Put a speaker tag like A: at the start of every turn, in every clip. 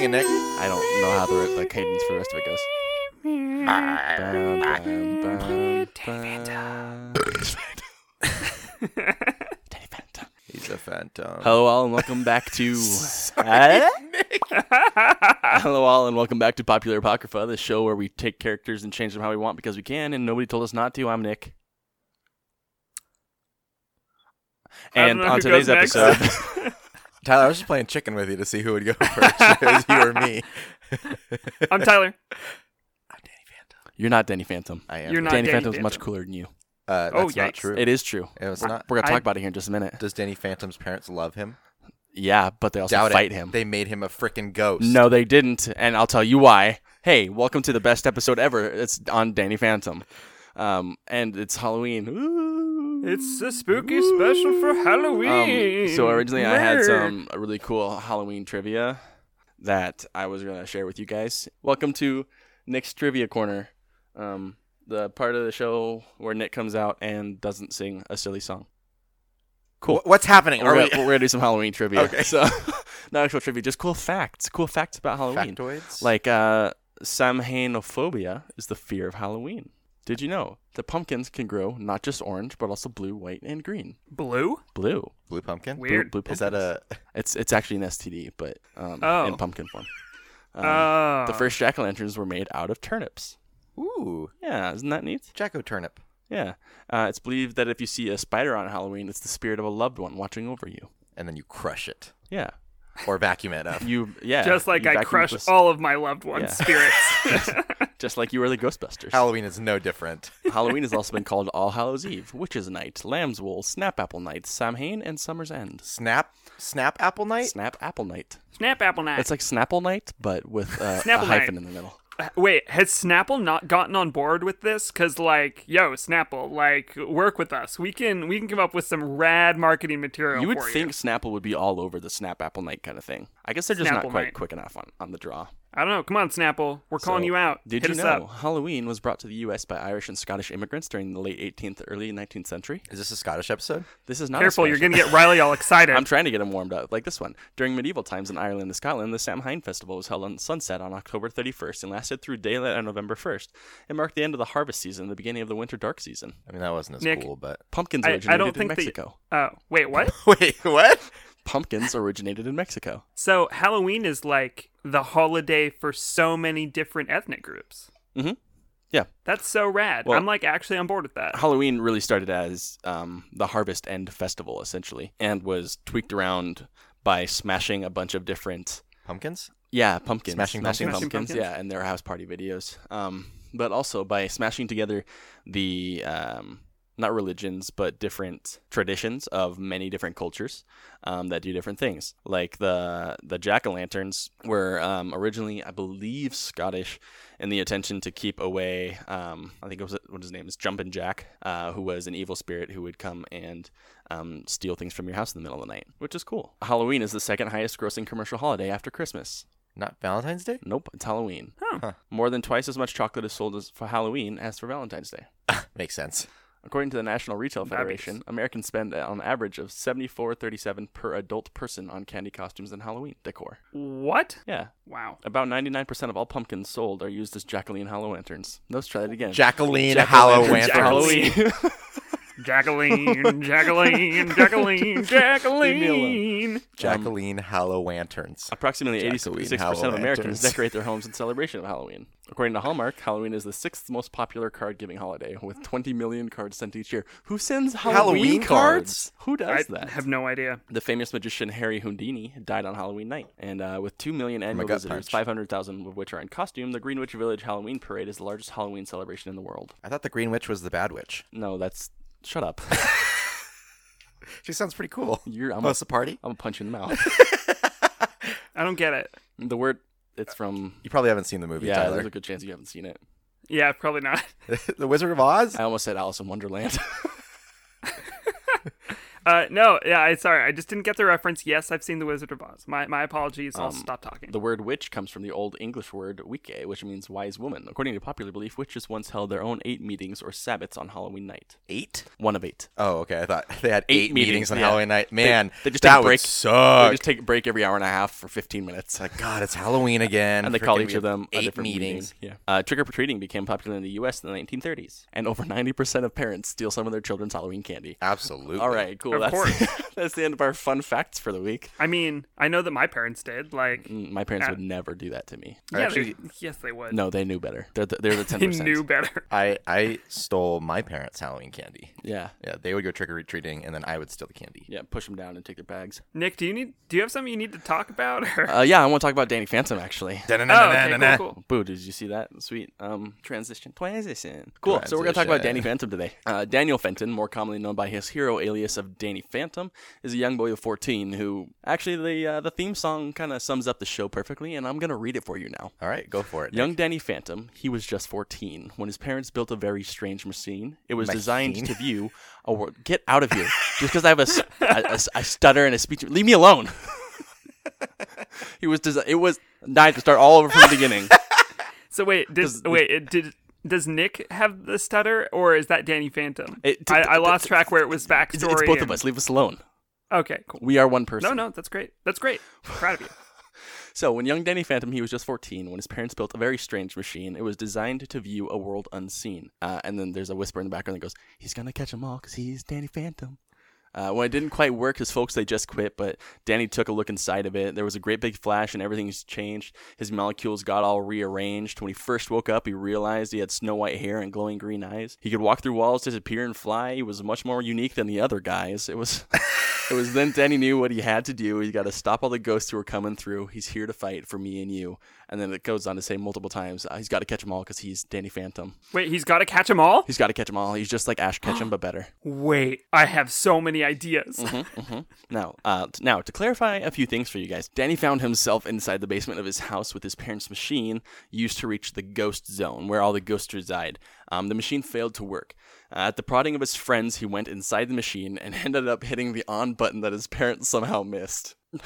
A: I don't know how the, the cadence for the rest of it goes. Bum, bum, bum, bum. Danny Phantom.
B: He's a phantom.
A: Hello, all, and welcome back to. Eh? Hello, all, and welcome back to Popular Apocrypha, the show where we take characters and change them how we want because we can, and nobody told us not to. I'm Nick.
C: I don't
A: And
C: know
A: on
C: who
A: today's
C: goes next.
A: episode,
B: Tyler, I was just playing chicken with you to see who would go first, it was you or me.
C: I'm Tyler.
A: you're not Danny Phantom.
B: I am.
C: You're not-
A: Danny,
C: Danny
A: Phantom's much
C: Phantom.
A: cooler than you.
B: Uh, that's
C: Oh,
B: not
C: yikes.
B: true.
A: It is true.
B: It was
A: we're,
B: not.
A: we're gonna talk
C: I-
A: about it here in just a minute.
B: Does Danny Phantom's parents love him?
A: Yeah, but they also
B: Doubt
A: fight
B: it.
A: him.
B: They made him a freaking ghost.
A: No, they didn't, and I'll tell you why. Hey, welcome to the best episode ever. It's on Danny Phantom, um, and it's Halloween. Ooh.
C: It's a spooky special for Halloween.
A: Um, so originally, I had some really cool Halloween trivia that I was gonna share with you guys. Welcome to Nick's Trivia Corner, um, the part of the show where Nick comes out and doesn't sing a silly song.
B: Wh- What's happening?
A: We're,
B: Are we
A: gonna, we're gonna do some Halloween trivia.
B: Okay.
A: So, not actual trivia, just cool facts. Cool facts about Halloween.
B: factoids?
A: Like uh samhainophobia is the fear of Halloween. Did you know the pumpkins can grow not just orange but also blue, white, and green?
C: blue.
A: Blue.
B: blue pumpkin?
A: Blue,
C: Weird.
A: blue
B: Is that
A: pumpkins.
B: a?
A: It's it's actually an STD, but um,
C: Oh.
A: in pumpkin form. Um,
C: oh.
A: The first jack o' lanterns were made out of turnips.
B: Ooh,
A: Yeah, isn't that neat?
B: Jacko turnip.
A: Yeah. Uh, it's believed that if you see a spider on Halloween, it's the spirit of a loved one watching over you.
B: And then you crush it
A: Yeah.
B: or vacuum it up.
A: You yeah.
C: Just like
A: you
C: I
A: vacuumed
C: crush
A: this-
C: all of my loved ones' spirits.
A: Just like you were the Ghostbusters.
B: Halloween is no different.
A: Halloween has also been called All Hallows Eve, Witches' Night, Lamb's Wool, Snap Apple Night, Samhain, and Summer's End.
B: Snap, snap apple night.
A: Snap Apple Night.
C: Snap Apple Night.
A: It's like Snapple Night, but with uh, a
C: Snapple
A: hyphen
C: Night.
A: in the middle.
C: Wait, has Snapple not gotten on board with this? Cause like, yo, Snapple, like, work with us. We can we can come up with some rad marketing material.
A: You would
C: for
A: think Snapple would be all over the Snap Apple Night kind of thing. I guess they're just not
C: Snapple
A: quite
C: Night.
A: quick enough on, on the draw.
C: I don't know. Come on, Snapple. We're calling
A: So,
C: you out.
A: Did
C: Hit
A: you
C: us
A: know
C: up.
A: Halloween was brought to the U.S. by Irish and Scottish immigrants during the late 18th, early 19th century?
B: Is this a Scottish episode?
A: This is not a
C: Careful, you're
A: Scottish-
C: gonna get Riley all excited.
A: I'm trying to get him warmed up, like this one. During medieval times in Ireland and Scotland, the Samhain Festival was held on sunset on October 31st and lasted through daylight on November 1st. It marked the end of the harvest season and the beginning of the winter dark season.
B: I mean, that wasn't as
C: Nick.
B: cool, but
A: Pumpkins
C: I- I
A: originated
C: don't
A: in
C: think that-
A: Mexico.
C: oh, wait, what?
B: wait, what?
A: Pumpkins originated in Mexico.
C: So Halloween is like the holiday for so many different ethnic groups.
A: Mhm. Yeah.
C: That's so rad.
A: Well-
C: I'm like actually on board with that.
A: Halloween really started as um, the Harvest End Festival, essentially, and was tweaked around by smashing a bunch of different
B: Pumpkins?
A: Yeah, pumpkins.
B: Smashing
C: pumpkins.
A: pumpkins.
C: Smashing pumpkins.
A: Yeah, and their house party videos. Um, but also by smashing together the um, not religions but different traditions of many different cultures um, that do different things. Like the the jack o' lanterns were um, originally, I believe, Scottish in the attention to keep away. Um, I think it was what his name is Jumpin' Jack, uh, who was an evil spirit who would come and um, steal things from your house in the middle of the night, which is cool. Halloween is the second highest grossing commercial holiday after Christmas.
B: Not Valentine's Day?
A: Nope, it's Halloween.
C: Huh.
B: Huh.
A: More than twice as much chocolate is sold as for Halloween as for Valentine's Day.
B: Makes sense.
A: According to the National Retail
C: That makes-
A: Federation, Americans spend on average of seventy-four thirty-seven per adult person on candy costumes and Halloween decor.
C: What?
A: Yeah,
C: Wow.
A: about ninety-nine percent of all pumpkins sold are used as Jacqueline Halloween lanterns. Let's try that again.
B: Jacqueline
A: Jack-o'-lanterns
B: Halloween.
A: for
C: Jack-o'-lanterns.
A: Halloween.
C: Jacqueline, Jacqueline, Jacqueline, Jacqueline.
B: Jacqueline Hallowanterns.
A: Approximately
B: Jacqueline
A: 86% of Americans
B: Hallowlanterns.
A: decorate their homes in celebration of Halloween. According to Hallmark, Halloween is the sixth most popular card giving holiday, with 20 million cards sent each year. Who sends Halloween,
B: Halloween
A: cards?
B: cards?
A: Who
C: I
A: does that?
C: have no idea.
A: The famous magician Harry Houdini died on Halloween night, and uh, with two million annual
B: gut
A: visitors,
B: Oh punch.
A: five hundred thousand of which are in costume, the Greenwich Village Halloween Parade is the largest Halloween celebration in the world.
B: I thought the Green Witch was the bad witch.
A: No, that's shut up.
B: She sounds pretty cool.
A: You're I'm
B: Oh,
A: a,
B: it's a party?
A: I'm a punch you in the mouth.
C: I don't get it.
A: the word it's from.
B: You probably haven't seen the movie,
A: Yeah, there's
B: Tyler.
A: a good chance you haven't seen it.
C: Yeah, probably not.
B: the Wizard of Oz?
A: I almost said Alice in Wonderland.
C: Uh, no, yeah, I sorry, I just didn't get the reference. Yes, I've seen The Wizard of Oz. My my apologies. I'll
A: Um,
C: stop talking.
A: The word witch comes from the Old English word wicke, which means wise woman. According to popular belief, witches once held their own eight meetings or sabbats on Halloween night.
B: Eight?
A: One of eight.
B: Oh, okay. I thought they had
A: Eight
B: eight, meetings,
A: meetings,
B: on
A: yeah.
B: Halloween night. Man,
A: they just take
B: that
A: a break.
B: would
A: They
B: suck.
A: They just take a break every hour and a half for 15 minutes.
B: Like, Uh, God, it's Halloween again.
A: and they
B: Freaking
A: call
B: we
A: each
B: have
A: of them a
B: eight
A: different meeting.
B: meetings.
A: Yeah. Uh, Trick or treating became popular in the U.S. in the 1930s, and over 90% of parents steal some of their children's Halloween candy.
B: Absolutely.
A: All right, cool.
C: Of
A: that's,
C: course.
A: that's the end of our fun facts for the week.
C: I mean, I know that my parents did. Like,
A: Mm, My parents
C: Uh,
A: would never do that to me.
C: yeah,
B: actually-
C: they- yes, they would.
A: No, they knew better. They're the, they're the 10%.
C: they knew better.
B: I I stole my parents' Halloween candy.
A: Yeah.
B: Yeah, they would go trick or treating, and then I would steal the candy.
A: Yeah, push them down and take their bags.
C: Nick, do you need? Do you have something you need to talk about? Or?
A: Uh, yeah, I want to talk about Danny Phantom, actually.
C: oh, okay, cool, cool.
A: Boo, did you see that? Sweet. Um, transition. Transition. Cool. So we're going to talk about Danny Phantom today. Uh, Daniel Fenton, more commonly known by his hero alias of Danny Phantom, is a young boy of 14 who actually the, uh, the theme song kind of sums up the show perfectly, and I'm going to read it for you now.
B: All right, go for it.
A: Young Danny Phantom, he was just 14 when his parents built a very strange machine. It was designed
B: Machine?
A: to view a wor- Get out of here. just because I have a, s- a- a s- a stutter and a speech. Leave me alone. he was desi- It was. Now I have to start all over from the beginning.
C: So wait, did, wait, it, did does Nick have the stutter, or is that Danny Phantom? I
A: It-
C: I lost track where it was backstory.
A: It's, it's both of
C: and-
A: us. Leave us alone.
C: Okay, cool.
A: We are one person.
C: No, no, that's great. That's great. Proud of you.
A: So, when young Danny Phantom, he was just 14, when his parents built a very strange machine, it was designed to view a world unseen. Uh, and then there's a whisper in the background that goes, He's gonna catch 'em all 'cause he's Danny Phantom. Uh, when it didn't quite work, his folks, they just quit, but Danny took a look inside of it. There was a great big flash, and everything's changed. His molecules got all rearranged. When he first woke up, he realized he had snow white hair and glowing green eyes. He could walk through walls, disappear, and fly. He was much more unique than the other guys. It was. It was then Danny knew what he had to do. He's got to stop all the ghosts who are coming through. He's here to fight for me and you. And then it goes on to say multiple times, uh, he's got to catch them all because he's Danny Phantom.
C: Wait, he's got to catch them all.
A: He's got to catch them all. He's just like Ash Ketchum, but better.
C: Wait, I have so many ideas.
A: Mm-hmm. Now, uh, t- now to clarify a few things for you guys, Danny found himself inside the basement of his house with his parents' machine used to reach the ghost zone, where all the ghosts reside. Um, the machine failed to work. Uh, at the prodding of his friends, he went inside the machine and ended up hitting the on button that his parents somehow missed.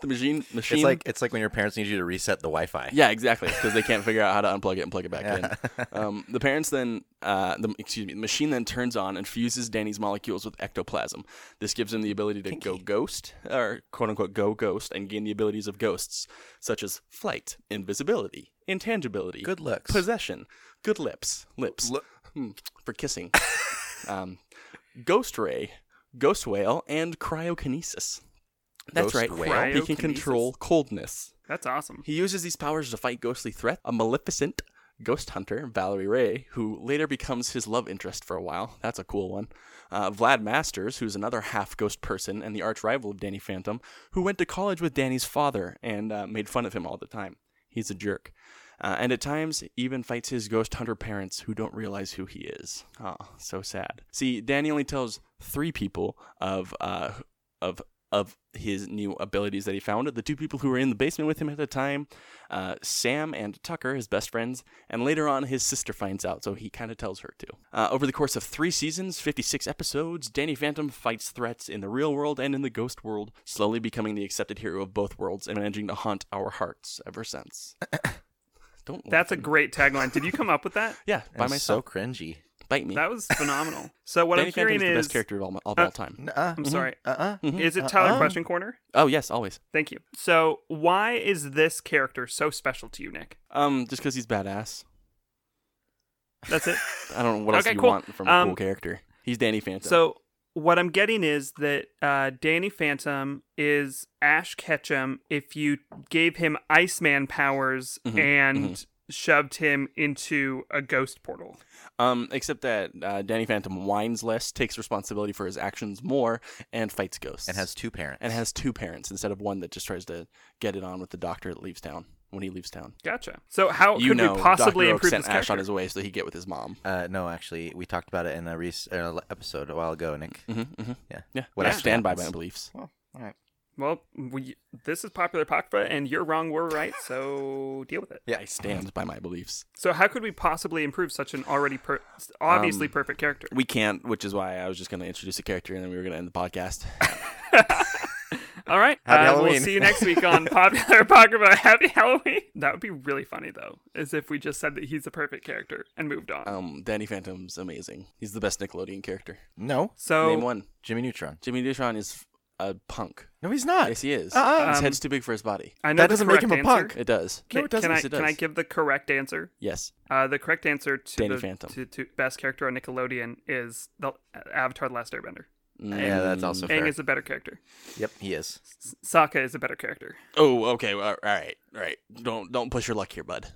A: the machine, machine.
B: It's like it's like when your parents need you to reset the Wi-Fi.
A: Yeah, exactly, because they can't figure out how to unplug it and plug it back in. Um, the parents then, uh, the, excuse me, the machine then turns on and fuses Danny's molecules with ectoplasm. This gives him the ability to go ghost, or quote unquote go ghost, and gain the abilities of ghosts, such as flight, invisibility, intangibility,
B: Good looks.
A: possession, good lips, lips
B: Look-
A: Hmm, for kissing, um, ghost ray, ghost whale, and cryokinesis.
B: Ghost
A: That's right.
B: whale?
A: He can
C: Cryokinesis?
A: control coldness.
C: That's awesome.
A: He uses these powers to fight ghostly threats. A maleficent ghost hunter, Valerie Ray, who later becomes his love interest for a while. That's a cool one. Uh, Vlad Masters, who's another half ghost person and the arch rival of Danny Phantom, who went to college with Danny's father and uh, made fun of him all the time. He's a jerk. Uh, and at times, even fights his ghost hunter parents who don't realize who he is. Oh, so sad. See, Danny only tells three people of uh, of of his new abilities that he found. The two people who were in the basement with him at the time, uh, Sam and Tucker, his best friends, and later on his sister finds out, so he kind of tells her to. Uh, over the course of three seasons, 56 episodes, Danny Phantom fights threats in the real world and in the ghost world, slowly becoming the accepted hero of both worlds and managing to haunt our hearts ever since. Don't.
C: That's a great tagline. Did you come up with that?
A: yeah, by
B: By myself. So
A: myself.
B: cringy.
A: Bite me.
C: That was phenomenal. So what
A: Danny
C: I'm hearing
A: Phantom's the
C: is
A: best character Mm-hmm. of all, of all time.
B: Uh.
C: I'm sorry.
B: Uh. Uh.
C: Is it Tyler Question Corner?
A: Oh yes, always.
C: Thank you. So why is this character so special to you, Nick?
A: Um, just because he's badass.
C: That's it.
A: I don't know what else
C: Okay,
A: you
C: cool.
A: want from a
C: Um,
A: cool character. He's Danny Phantom.
C: so what I'm getting is that uh, Danny Phantom is Ash Ketchum if you gave him Iceman powers
A: Mhm,
C: and shoved him into a ghost portal.
A: um, except that uh, Danny Phantom whines less, takes responsibility for his actions more, and fights ghosts.
B: And has two parents.
A: and has two parents instead of one that just tries to get it on with the doctor that leaves town when he leaves town.
C: Gotcha. So how
A: you
C: Oh, could
A: know,
C: we possibly
A: Dr. Oak
C: improve
A: sent
C: this
A: Ash
C: character?
A: on his way so he could get with his mom.
B: Uh, no, actually, we talked about it in a rec- uh, episode a while ago, Nick.
A: Mm-hmm, mm-hmm.
B: Yeah.
A: Yeah,
B: What
A: I
B: actually
A: stand by
B: happens.
A: my beliefs.
B: Well, all right.
C: Well, we, this is popular Apocrypha, and you're wrong, we're right, so deal with it.
A: I stand by my beliefs.
C: So, how could we possibly improve such an already per-
A: Um,
C: obviously perfect character?
A: We can't, which is why I was just going to introduce a character and then we were going to end the podcast.
C: All right.
B: Happy
C: uh, we'll
B: Halloween.
C: see you next week on Popular Apocrypha. Happy Halloween. That would be really funny, though, is if we just said that he's a perfect character and moved on.
A: Um, Danny Phantom's amazing. He's the best Nickelodeon character.
B: No,
A: Name
C: so,
A: one.
B: Jimmy Neutron.
A: Jimmy Neutron is a punk.
B: No, he's not.
A: Yes, he is.
B: Uh-uh.
A: His
C: Uh, Um,
A: head's too big for his body.
C: I know
B: that
C: the
B: doesn't make
C: correct
B: him a
C: answer.
B: punk.
A: It does.
C: Can,
B: No, it doesn't.
C: Can I,
A: Yes, it
C: can I
A: does.
C: give the correct answer?
A: Yes.
C: Uh, the correct answer to
A: Danny
C: the
A: Phantom.
C: To, to best character on Nickelodeon is the uh, Avatar: The Last Airbender.
B: yeah, that's also
C: Aang
B: fair.
C: is a better character.
B: Yep, he is.
C: S- Sokka is a better character.
A: Oh, okay. Well, all right. All right. Don't don't push your luck here, bud.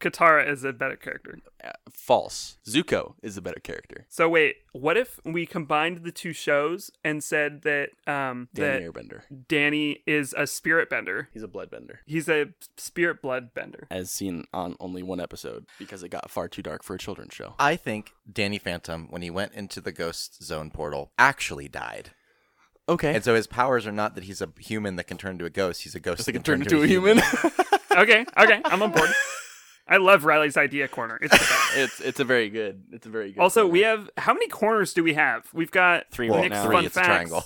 C: Katara is a better character.
A: Uh, False. Zuko is the better character.
C: So wait, what if we combined the two shows and said that um,
A: Danny
C: that
A: Airbender.
C: Danny is a spirit bender?
A: He's a bloodbender.
C: He's a spirit blood bender.
A: As seen on only one episode because it got far too dark for a children's show.
C: Uh,
B: I think Danny Phantom, when he went into the ghost zone portal, actually died.
A: Okay.
B: And so his powers are not that he's a human that can turn into a ghost. He's a ghost that
A: They
B: can
A: can turn into a human.
C: Okay, okay, I'm on board. I love Riley's idea corner. It's the best.
A: it's it's a very good. It's a very good.
C: also,
A: corner.
C: we have how many corners do we have? We've got
A: Three
B: Well,
A: right
C: Nick's
A: now.
B: three,
C: fun
B: it's a
C: facts,
B: triangle.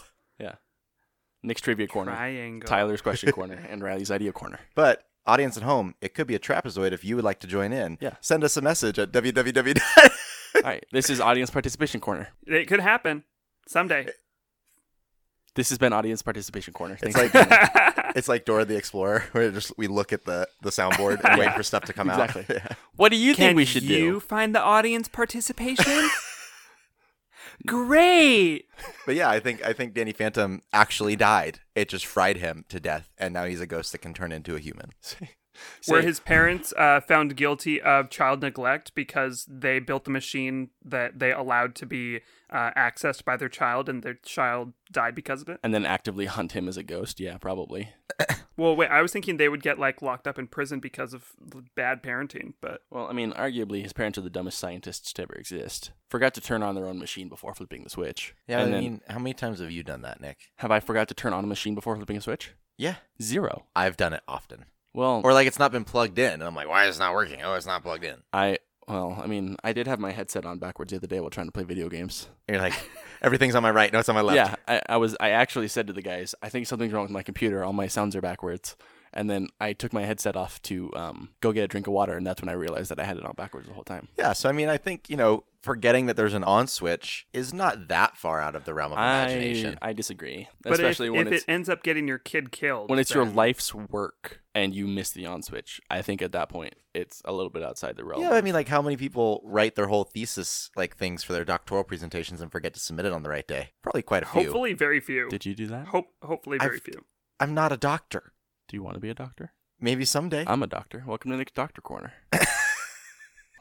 A: Nick's trivia corner,
C: triangle.
A: Tyler's question corner, and Riley's idea corner.
B: But audience at home, it could be a trapezoid if you would like to join in.
A: Yeah.
B: Send us a message at www.
A: All right, this is audience participation corner.
C: It could happen someday.
A: This has been audience participation corner. Thanks
B: like-
A: for joining.
B: it's like Dora the Explorer, where just we look at the, the soundboard and wait for stuff to come out.
A: Exactly. What do you think we should do?
C: find the audience participation? Great.
B: But yeah, I think I think Danny Phantom actually died. It just fried him to death, and now he's a ghost that can turn into a human.
C: Were
A: Say-
C: his parents uh, found guilty of child neglect because they built the machine that they allowed to be uh, accessed by their child, and their child died because of it?
A: and then actively hunt him as a ghost. Yeah, probably.
C: Well, wait. I was thinking they would get like locked up in prison because of the bad parenting, but
A: Well, I mean, arguably, his parents are the dumbest scientists to ever exist. Forgot to turn on their own machine before flipping the switch.
B: Yeah,
A: and
B: I
A: then,
B: mean, how many times have you done that, Nick?
A: have I forgot to turn on a machine before flipping a switch?
B: Yeah,
A: Zero.
B: I've done it often.
A: Well,
B: Or like it's not been plugged in, and I'm like, why is it not working? Oh, it's not plugged in.
A: I well, I mean, I did have my headset on backwards the other day while trying to play video games.
B: And you're like, everything's on my right, no, it's on my left.
A: Yeah, I, I was. I actually said to the guys, "I think something's wrong with my computer. All my sounds are backwards." And then I took my headset off to um, go get a drink of water, and that's when I realized that I had it on backwards the whole time.
B: Yeah, so I mean, I think you know, forgetting that there's an on switch is not that far out of the realm of
A: I
B: imagination.
A: I disagree,
C: but if,
A: especially when
C: if
A: it's
C: it ends up getting your kid killed,
A: when it's your
C: then-
A: life's work and you miss the on switch. I think at that point it's a little bit outside the realm.
B: Yeah, I mean, like how many people write their whole thesis like things for their doctoral presentations and forget to submit it on the right day? Probably quite a few.
C: hopefully very few.
A: did you do that?
C: Hope hopefully very
B: I've-
C: few.
B: I'm not a doctor.
A: Do you want to be a doctor?
B: Maybe someday.
A: I'm a doctor. Welcome to the doctor corner.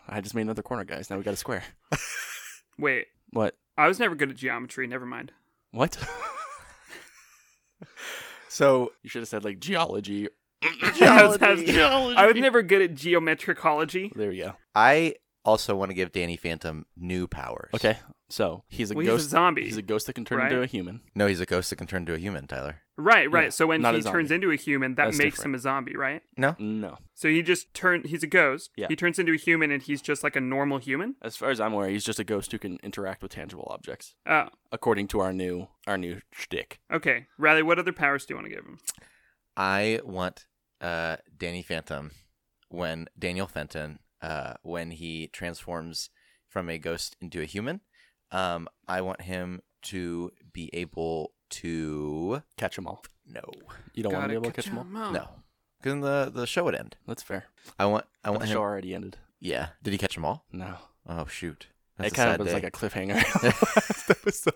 A: I just made another corner, guys. Now we got a square.
C: Wait,
A: What?
C: I was never good at geometry. Never mind.
A: What?
B: so
A: you should have said like geology.
C: I was- I was-
A: geology.
C: I was never good at geometricology.
A: There you go.
B: I also want to give Danny Phantom new powers.
A: Okay, so he's a
C: Well, he's a
A: ghost.
C: zombie,
A: He's a ghost that can turn
C: right?
A: into a human.
B: No, he's a ghost that can turn into a human, Tyler.
C: Right, right.
A: Yeah,
C: so when
A: not
C: he
A: a
C: turns
A: zombie.
C: into a human, that
A: That's
C: makes
A: different.
C: him a zombie, right?
B: No?
A: No,
C: So he just turn he's a ghost.
A: Yeah.
C: He turns into a human and he's just like a normal human.
A: as far as I'm aware, he's just a ghost who can interact with tangible objects,
C: Oh,
A: according to our new our new shtick.
C: okay. Riley, what other powers do you want to give him?
B: I want uh, Danny Phantom when Daniel Fenton uh, when he transforms from a ghost into a human. Um, I want him to be able to
A: Catch 'em all.
B: no
A: You don't want to
C: Gotta
A: be able to catch 'em all.
C: 'em all.
B: no because then the the show would end.
A: That's fair.
B: I want I
A: But
B: want
A: the
B: him.
A: show already ended.
B: Yeah, did he catch them all?
A: No,
B: Oh shoot,
A: it kind of was like a cliffhanger,
B: that was so.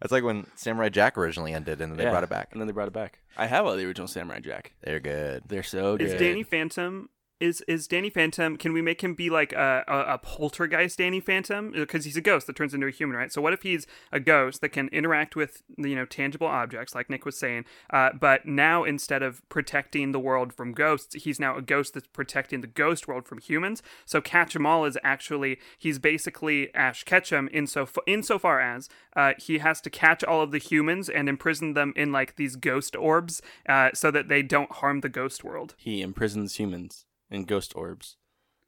B: That's like when Samurai Jack originally ended, and then they
A: Yeah,
B: brought it back.
A: and then they brought it back. I have all the original Samurai Jack.
B: They're good.
A: They're so good.
C: Is Danny Phantom Is is Danny Phantom? Can we make him be like a, a, a poltergeist Danny Phantom? Because he's a ghost that turns into a human, right? So what if he's a ghost that can interact with you know tangible objects, like Nick was saying? Uh, but now instead of protecting the world from ghosts, he's now a ghost that's protecting the ghost world from humans. So Catch 'Em All is actually he's basically Ash Ketchum in so insofar as uh, he has to catch all of the humans and imprison them in like these ghost orbs uh, so that they don't harm the ghost world.
A: He imprisons humans in ghost orbs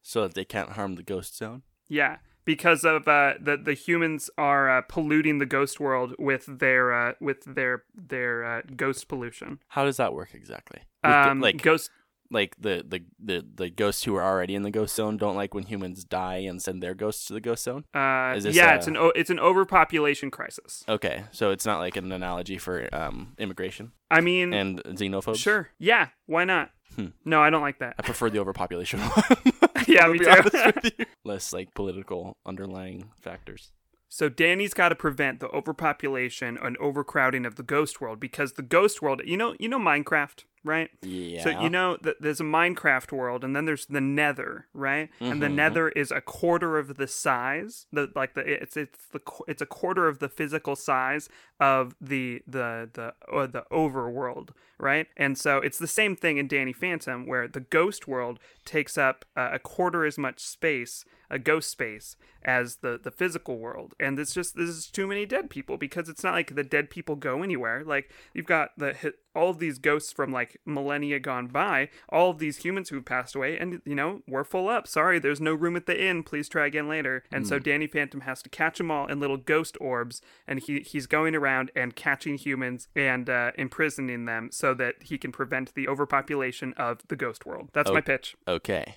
A: so that they can't harm the ghost zone.
C: Yeah, because of uh, the the humans are uh, polluting the ghost world with their uh, with their their uh, ghost pollution.
A: How does that work exactly? With the-
C: Um,
A: like
C: ghost.
A: like the, the the the ghosts who are already in the ghost zone don't like when humans die and send their ghosts to the ghost zone.
C: Uh,
A: is this
C: yeah,
A: a-
C: it's an o- it's an overpopulation crisis.
A: Okay, so it's not like an analogy for um, immigration
C: I mean,
A: and xenophobes.
C: Mm, sure, yeah, why not?
A: Hmm.
C: No, I don't like that.
A: I prefer the overpopulation one.
C: yeah,
A: I'll
C: me
A: be
C: too.
A: honest with you. Less like political underlying factors.
C: So Danny's got to prevent the overpopulation and overcrowding of the ghost world because the ghost world, you know, you know Minecraft, right?
A: Yeah.
C: So you know that there's a Minecraft world, and then there's the Nether, right? And the
A: Mhm.
C: Nether is a quarter of the size, the like the it's it's the qu- it's a quarter of the physical size of the the the or the overworld, right? And so it's the same thing in Danny Phantom, where the ghost world takes up uh, a quarter as much space, a ghost space, as the the physical world. And it's just this is too many dead people because it's not like the dead people go anywhere. Like you've got the hi- all of these ghosts from like millennia gone by, all of these humans who've passed away, and you know we're full up. Sorry, there's no room at the inn. Please try again later. And so Danny Phantom has to catch them all in little ghost orbs, and he he's going around and catching humans and uh, imprisoning them so that he can prevent the overpopulation of the ghost world. That's my
A: Oh.
C: pitch.
A: Okay.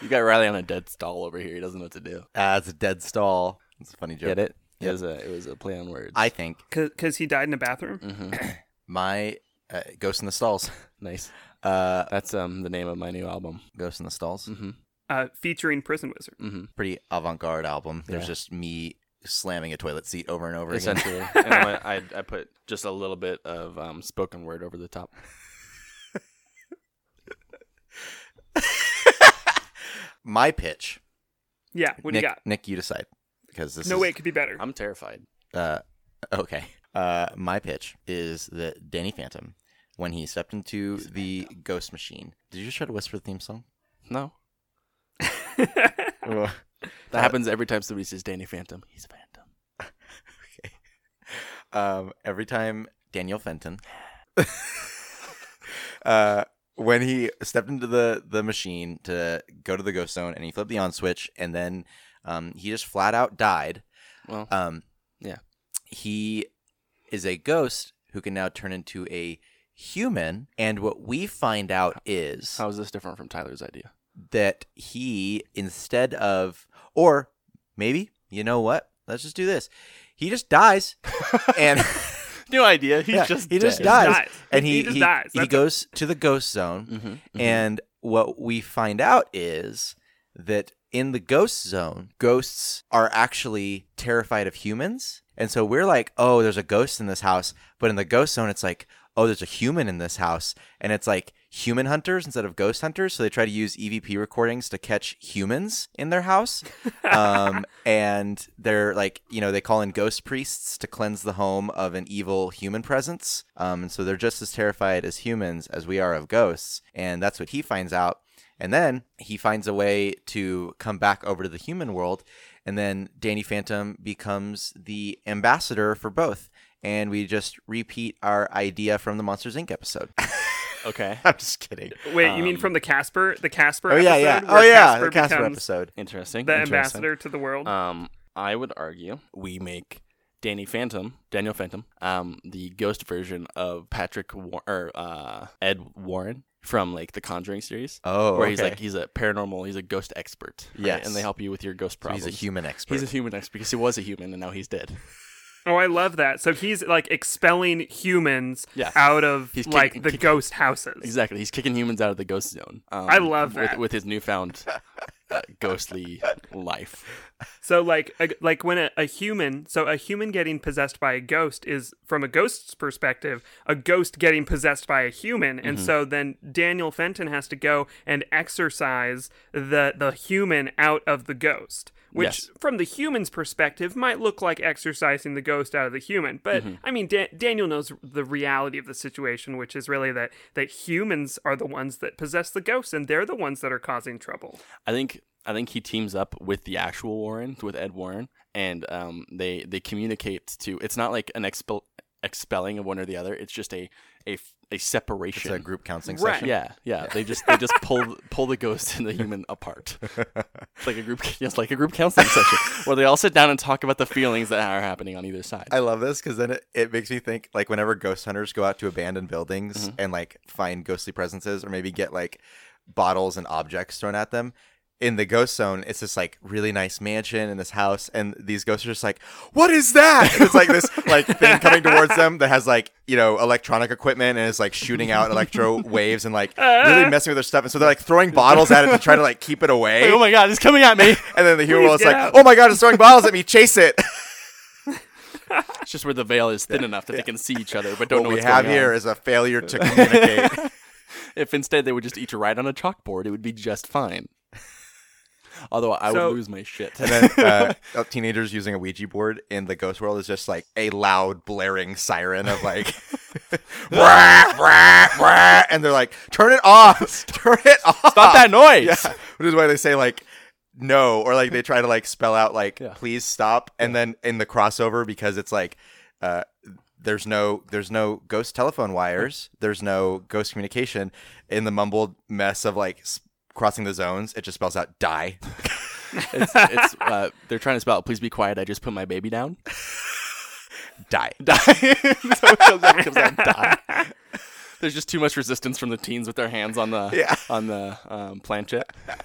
A: you got Riley on a dead stall over here. He doesn't know what to do.
B: Ah, it's a dead stall. It's a funny joke.
A: Get it?
B: Yep.
A: It was a it was a play on words.
B: I think
C: Because he died in a bathroom.
A: hmm
B: my uh, Ghost in the Stalls.
A: nice.
B: Uh,
A: That's um the name of my new album.
B: Ghost in the Stalls.
A: Mm-hmm.
C: Uh, featuring Prison Wizard.
A: Mm-hmm.
B: Pretty avant-garde album. There's
A: Yeah.
B: just me slamming a toilet seat over and over again.
A: Essentially, and I, went- I I put just a little bit of um spoken word over the top.
B: my pitch.
C: Yeah, what
B: Nick,
C: do you got?
B: Nick, you decide because this
C: no
B: is,
C: way it could be better.
A: I'm terrified.
B: Uh, okay. Uh, my pitch is that Danny Phantom, when he stepped into the ghost machine, did you just try to whisper the theme song?
A: No,
B: Ugh.
A: that happens every time somebody says Danny Phantom. He's a phantom.
B: um, every time Daniel Fenton, uh, when he stepped into the the machine to go to the ghost zone, and he flipped the on switch, and then um, he just flat out died.
A: Well,
B: Um,
A: Yeah.
B: He is a ghost who can now turn into a human. And what we find out is
A: how is this different from Tyler's idea?
B: that he, instead of, or maybe, you know what? Let's just do this. He just dies. And.
A: New idea. He's
B: Yeah,
A: just
B: he just
A: dead.
B: dies,
C: dies.
B: and
C: He
B: he
C: just
B: he,
C: dies.
B: he
C: That's it.
B: goes to the ghost zone
A: Mhm, mhm.
B: and what we find out is that in the ghost zone ghosts are actually terrified of humans and so we're like oh there's a ghost in this house but in the ghost zone it's like oh there's a human in this house and it's like human hunters instead of ghost hunters so they try to use evp recordings to catch humans in their house um, and they're like you know they call in ghost priests to cleanse the home of an evil human presence um, and so they're just as terrified as humans as we are of ghosts and that's what he finds out and then he finds a way to come back over to the human world and then danny phantom becomes the ambassador for both and we just repeat our idea from the monsters inc episode
A: okay.
B: i'm just kidding
C: Wait, you mean
A: Um,
C: from the Casper, the Casper?
B: oh yeah yeah
C: episode,
B: oh
C: where
B: yeah the
C: Casper
B: casper
C: becomes
B: episode Uh,
A: Interesting.
C: the
A: interesting.
C: ambassador to the world.
A: Um, I would argue we make Danny Phantom, Daniel Phantom, um, the ghost version of Patrick War- or uh, Ed Warren from like the Conjuring series,
B: oh
A: where he's
B: okay.
A: like he's a paranormal, he's a ghost expert.
B: Yes.
A: and they help you with your ghost
B: So
A: problems.
B: he's a human expert
A: He's a human expert because he was a human and now he's dead.
C: oh, I love that. So he's like expelling humans
A: Yeah.
C: out of
A: He's
C: like
A: kicking-
C: the
A: kicking-
C: ghost houses.
A: Exactly, he's kicking humans out of the ghost zone. Um,
C: I love
A: with,
C: that.
A: with his newfound uh, ghostly life.
C: So like a, like when a, a human, so a human getting possessed by a ghost is from a ghost's perspective, a ghost getting possessed by a human, and so then Daniel Fenton has to go and exorcise the the human out of the ghost. Which,
A: Yes.
C: from the human's perspective, might look like exorcising the ghost out of the human, but I mean, da- Daniel knows the reality of the situation, which is really that that humans are the ones that possess the ghosts, and they're the ones that are causing trouble.
A: I think I think he teams up with the actual Warren, with Ed Warren, and um, they they communicate to. It's not like an expel expelling of one or the other. It's just a a, a
B: It's
A: separation.
B: a group counseling
C: Right.
B: session.
A: Yeah, yeah. They just they just pull pull the ghost and the human apart. It's like a group, yes, like a group counseling session where they all sit down and talk about the feelings that are happening on either side.
B: I love this because then it, it makes me think like whenever ghost hunters go out to abandoned buildings and like find ghostly presences or maybe get like bottles and objects thrown at them. In the ghost zone, it's this like really nice mansion and this house, and these ghosts are just like, "What is that?" And it's like this like thing coming towards them that has like you know electronic equipment and is like shooting out electro waves and like really messing with their stuff. And so they're like throwing bottles at it to try to like keep it away.
A: Like, oh my god, it's coming at me!
B: and then the human
C: Please
B: is
C: get
B: like,
C: out.
B: "Oh my god, it's throwing bottles at me! Chase it!"
A: It's just where the veil is thin enough that they can see each other but don't
B: what
A: know
B: we
A: what's
B: have
A: going
B: here
A: on.
B: is a failure to communicate.
A: If instead they would just each write on a chalkboard, it would be just fine. Although I
C: So-
A: would lose my shit.
B: and then uh, teenagers using a Ouija board in the ghost world is just like a loud blaring siren of like, "Wah, wah, wah," and they're like, "Turn it off! Turn it off!
A: Stop that noise!
B: Ah, Yeah, which is why they say like no, or like they try to like spell out like
A: Yeah.
B: please stop, and then in the crossover because it's like uh, there's no there's no ghost telephone wires, there's no ghost communication in the mumbled mess of like s- crossing the zones. It just spells out die.
A: It's, it's uh, they're trying to spell. out, Please be quiet. I just put my baby down.
B: die.
A: Die. so it comes out, it comes out, die. There's just too much resistance from the teens with their hands on the
B: Yeah.
A: on the um, planchet.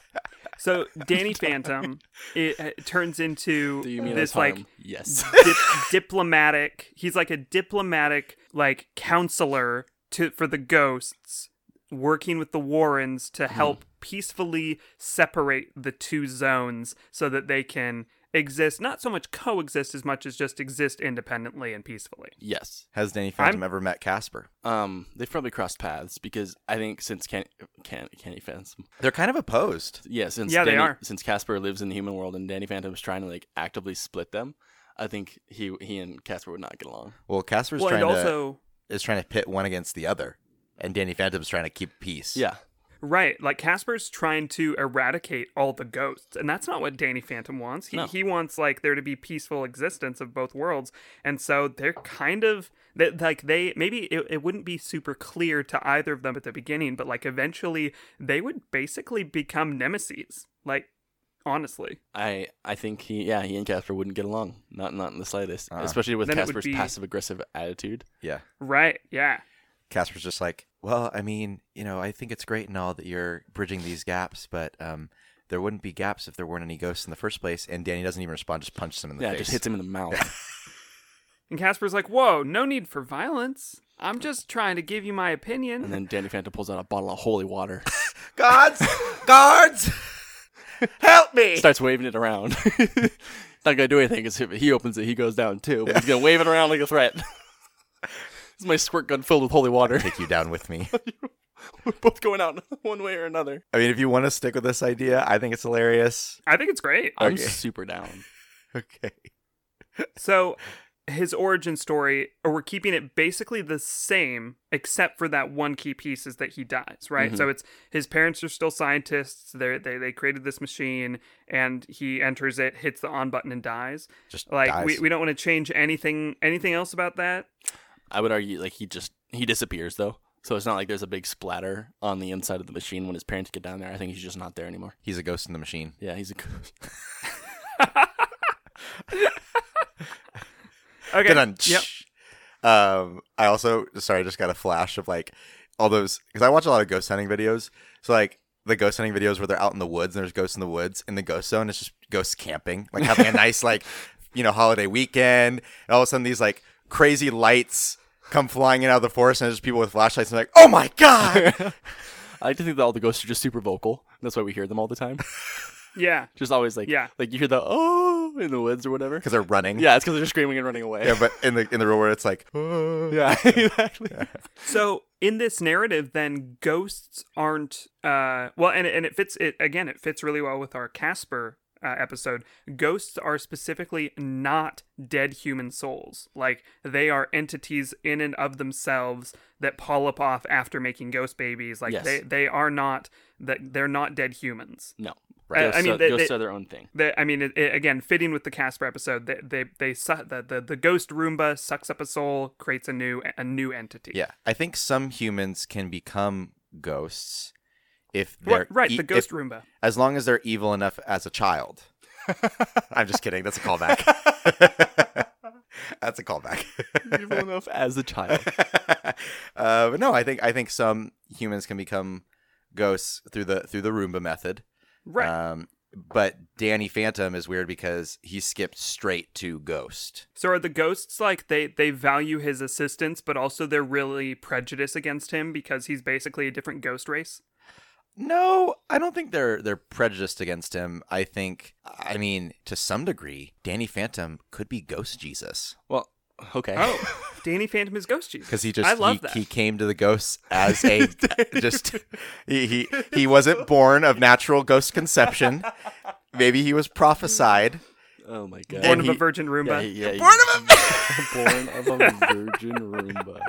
C: So Danny Phantom it, uh turns into
A: Do you mean
C: this
A: this
C: like
A: yes?
C: dip- diplomatic. He's like a diplomatic like counselor to for the ghosts, working with the Warrens
A: Hmm.
C: to help peacefully separate the two zones so that they can exist not so much coexist as much as just exist independently and peacefully.
A: yes.
B: Has Danny Phantom ever met Casper?
A: Um, they've probably crossed paths because I think since can can candy phantom,
B: They're kind of opposed.
A: yeah, since
C: Yeah, they
A: Danny-
C: are.
A: since Casper lives in the human world and Danny Phantom's trying to like actively split them. I think he he and Casper would not get along.
B: Well, Casper's
C: well,
B: trying
C: and also
B: to is trying to pit one against the other, and Danny Phantom's trying to keep peace.
A: Yeah.
C: Right, like Casper's trying to eradicate all the ghosts, and that's not what Danny Phantom wants. He
A: No.
C: he wants like there to be peaceful existence of both worlds, and so they're kind of that like they maybe it, it wouldn't be super clear to either of them at the beginning, but like eventually they would basically become nemesis. Like honestly,
A: I I think he yeah he and Casper wouldn't get along not not in the slightest
B: Uh-uh.
A: especially with
C: Then it would
A: Casper's
C: be-
A: passive aggressive attitude
B: yeah.
C: right? Yeah,
B: Casper's just like, well, I mean, you know, I think it's great and all that you're bridging these gaps, but um, there wouldn't be gaps if there weren't any ghosts in the first place. And Danny doesn't even respond; just punches him in the
A: yeah
B: face.
A: just hits him in the mouth
C: and Casper's like, "Whoa, no need for violence. I'm just trying to give you my opinion."
A: and then Danny Phantom pulls out a bottle of holy water
B: Guards, guards, help me!
A: starts waving it around not gonna do anything because if he opens it he goes down too but he's gonna wave it around like a threat this is my squirt gun filled with holy water
B: Take you down with me.
A: we're both going out one way or another
B: I mean, if you want to stick with this idea, I think it's hilarious.
C: I think it's great.
A: I'm
B: Okay.
A: super down
B: Okay.
C: So his origin story, or we're keeping it basically the same, except for that one key piece is that he dies, right?
B: Mm-hmm.
C: So it's his parents are still scientists. They they they created this machine, and he enters it, hits the on button, and dies.
B: Just
C: Like
B: dies.
C: we we don't want to change anything anything else about that.
A: I would argue like he just he disappears though so it's not like there's a big splatter on the inside of the machine when his parents get down there I think he's just not there anymore
B: He's a ghost in the machine.
A: yeah he's a ghost
C: Okay.
B: Dun-dun.
C: Yep.
B: Um, I also sorry, I just got a flash of like all those because I watch a lot of ghost hunting videos. So like the ghost hunting videos where they're out in the woods and there's ghosts in the woods in the ghost zone. It's just ghosts camping, like having a nice like you know holiday weekend. And all of a sudden these like crazy lights come flying in out of the forest and there's people with flashlights and they're like, oh my god.
A: I like to think that all the ghosts are just super vocal. That's why we hear them all the time.
C: yeah,
A: Just always like
C: Yeah.
A: like you hear the oh in the woods or whatever.
B: because they're running.
A: Yeah, it's because they're screaming and running away.
B: yeah, but in the in the real world, it's like
A: yeah, exactly.
C: So in this narrative, then ghosts aren't uh, well, and and it fits it again. It fits really well with our Casper uh, episode. Ghosts are specifically not dead human souls. Like they are entities in and of themselves that polyp off after making ghost babies. Like
A: Yes.
C: they they are not that they're not dead humans.
A: No,
C: Right.
A: Ghosts
C: I mean,
A: are-
C: they-
A: ghosts
C: they-
A: are their own thing.
C: That I mean, it, it, again, fitting with the Casper episode, they they, they su- the, the the ghost Roomba sucks up a soul, creates a new a new entity.
B: yeah. I think some humans can become ghosts if
C: Right-
B: they're
C: right.
B: e-
C: the ghost
B: if-
C: Roomba.
B: as long as they're evil enough as a child. I'm just kidding. That's a callback. That's a callback.
A: Evil enough as a child.
B: uh, but no, I think I think some humans can become ghosts through the through the Roomba method.
C: Right.
B: Um, but Danny Phantom is weird because he skipped straight to ghost.
C: So are the ghosts like they they value his assistance, but also they're really prejudiced against him because he's basically a different ghost race?
B: No, I don't think they're they're prejudiced against him. I think I mean to some degree, Danny Phantom could be ghost Jesus
A: Well, okay.
C: Oh, Danny Phantom is ghost Jesus.
B: because he just
C: I love
B: he,
C: that.
B: he came to the ghosts as a just he, he he wasn't born of natural ghost conception. Maybe he was prophesied.
A: Oh my god.
C: Born
B: and
C: of
B: he-
C: a virgin
A: Yeah,
C: Roomba.
A: he- yeah, he-
B: Born of
A: born of a virgin Roomba.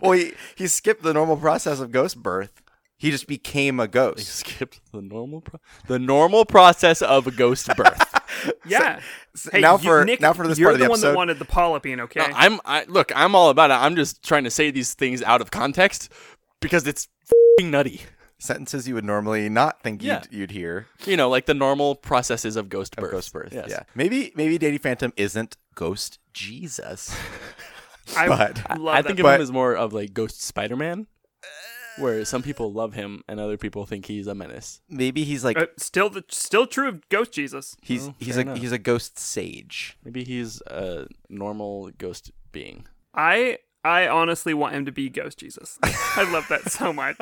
B: Well, he, he skipped the normal process of ghost birth. He just became a
A: They
B: ghost.
A: skipped the normal pro- the normal process of a ghost birth.
C: yeah.
B: So
C: Hey,
B: now
C: you-
B: for
C: Nick,
B: now for this
C: you're
B: part of the,
C: one
B: episode.
C: that wanted the polypine, okay?
A: No, I'm I, look, I'm all about it. I'm just trying to say these things out of context because it's fing nutty.
B: sentences you would normally not think
A: Yeah.
B: you'd, you'd hear
A: You know, like the normal processes of ghost
B: of
A: birth.
B: ghost birth.
A: Yes.
B: Yeah, maybe maybe Danny Phantom isn't ghost Jesus.
C: I
B: but-
C: love
A: I
C: that.
A: think of
B: But-
A: him as more of like Ghost Spider Man, where some people love him and other people think he's a menace.
B: Maybe he's like
C: Uh, oh, still the still true of ghost Jesus.
B: he's
A: well,
B: he's
A: fair
B: a
A: enough.
B: he's a ghost sage.
A: Maybe he's a normal ghost being.
C: I I honestly want him to be Ghost Jesus. I love that so much.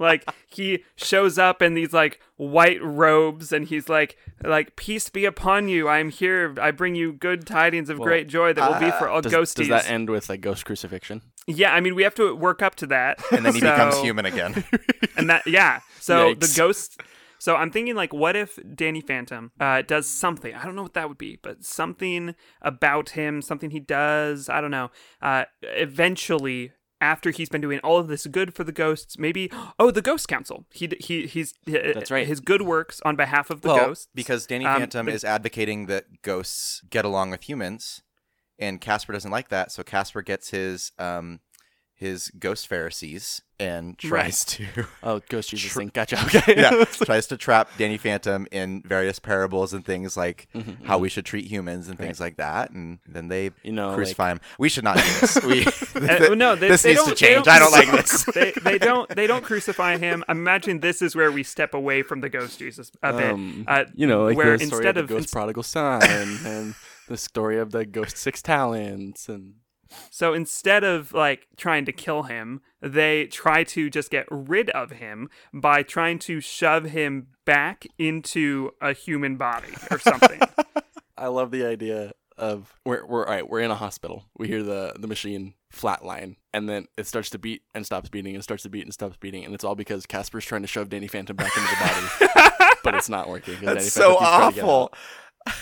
C: Like he shows up in these like white robes and he's like like peace be upon you. I am here. I bring you good tidings of
A: Well, uh,
C: great joy that will be for all
A: Does,
C: ghosties.
A: does that end with like ghost crucifixion?
C: yeah, I mean we have to work up to that.
B: And then he becomes
C: So-
B: human again.
C: And that yeah. So the
A: Yikes.
C: ghost so I'm thinking like what if Danny Phantom uh, does something I don't know what that would be but something about him something he does I don't know uh, eventually after he's been doing all of this good for the ghosts maybe oh the ghost council he d- he he's
A: That's right.
C: his good works on behalf of the
B: well,
C: ghosts
B: because Danny
C: Um,
B: Phantom
C: the-
B: is advocating that ghosts get along with humans, and Casper doesn't like that, so Casper gets his um his ghost Pharisees and tries to
A: Oh, ghost Jesus thing. Gotcha. Okay.
B: yeah, tries to trap Danny Phantom in various parables and things like how we should treat humans and things like that, and then they
A: Mm-hmm, You know,
B: crucify him. We should not do this. We
C: Uh, no, they,
B: this
C: they
B: needs to
C: don't- they
B: change.
C: don't-
B: I don't like this.
C: they, they don't they don't crucify him. Imagine this is where we step away from the ghost Jesus a bit.
A: um,
C: uh,
A: you know, like
C: where
A: the story
C: instead
A: of the
C: of-
A: ghost prodigal son and the story of the ghost six talents and
C: So instead of like trying to kill him, they try to just get rid of him by trying to shove him back into a human body or something.
A: I love the idea of we're we're all right, we're in a hospital. We hear the the machine flatline and then it starts to beat and stops beating and starts to beat and stops beating and it's all because Casper's trying to shove Danny Phantom back into the body. but it's not working. 'cause Danny
B: That's
A: Phantom
B: so
A: keeps trying to get
B: awful.
A: out.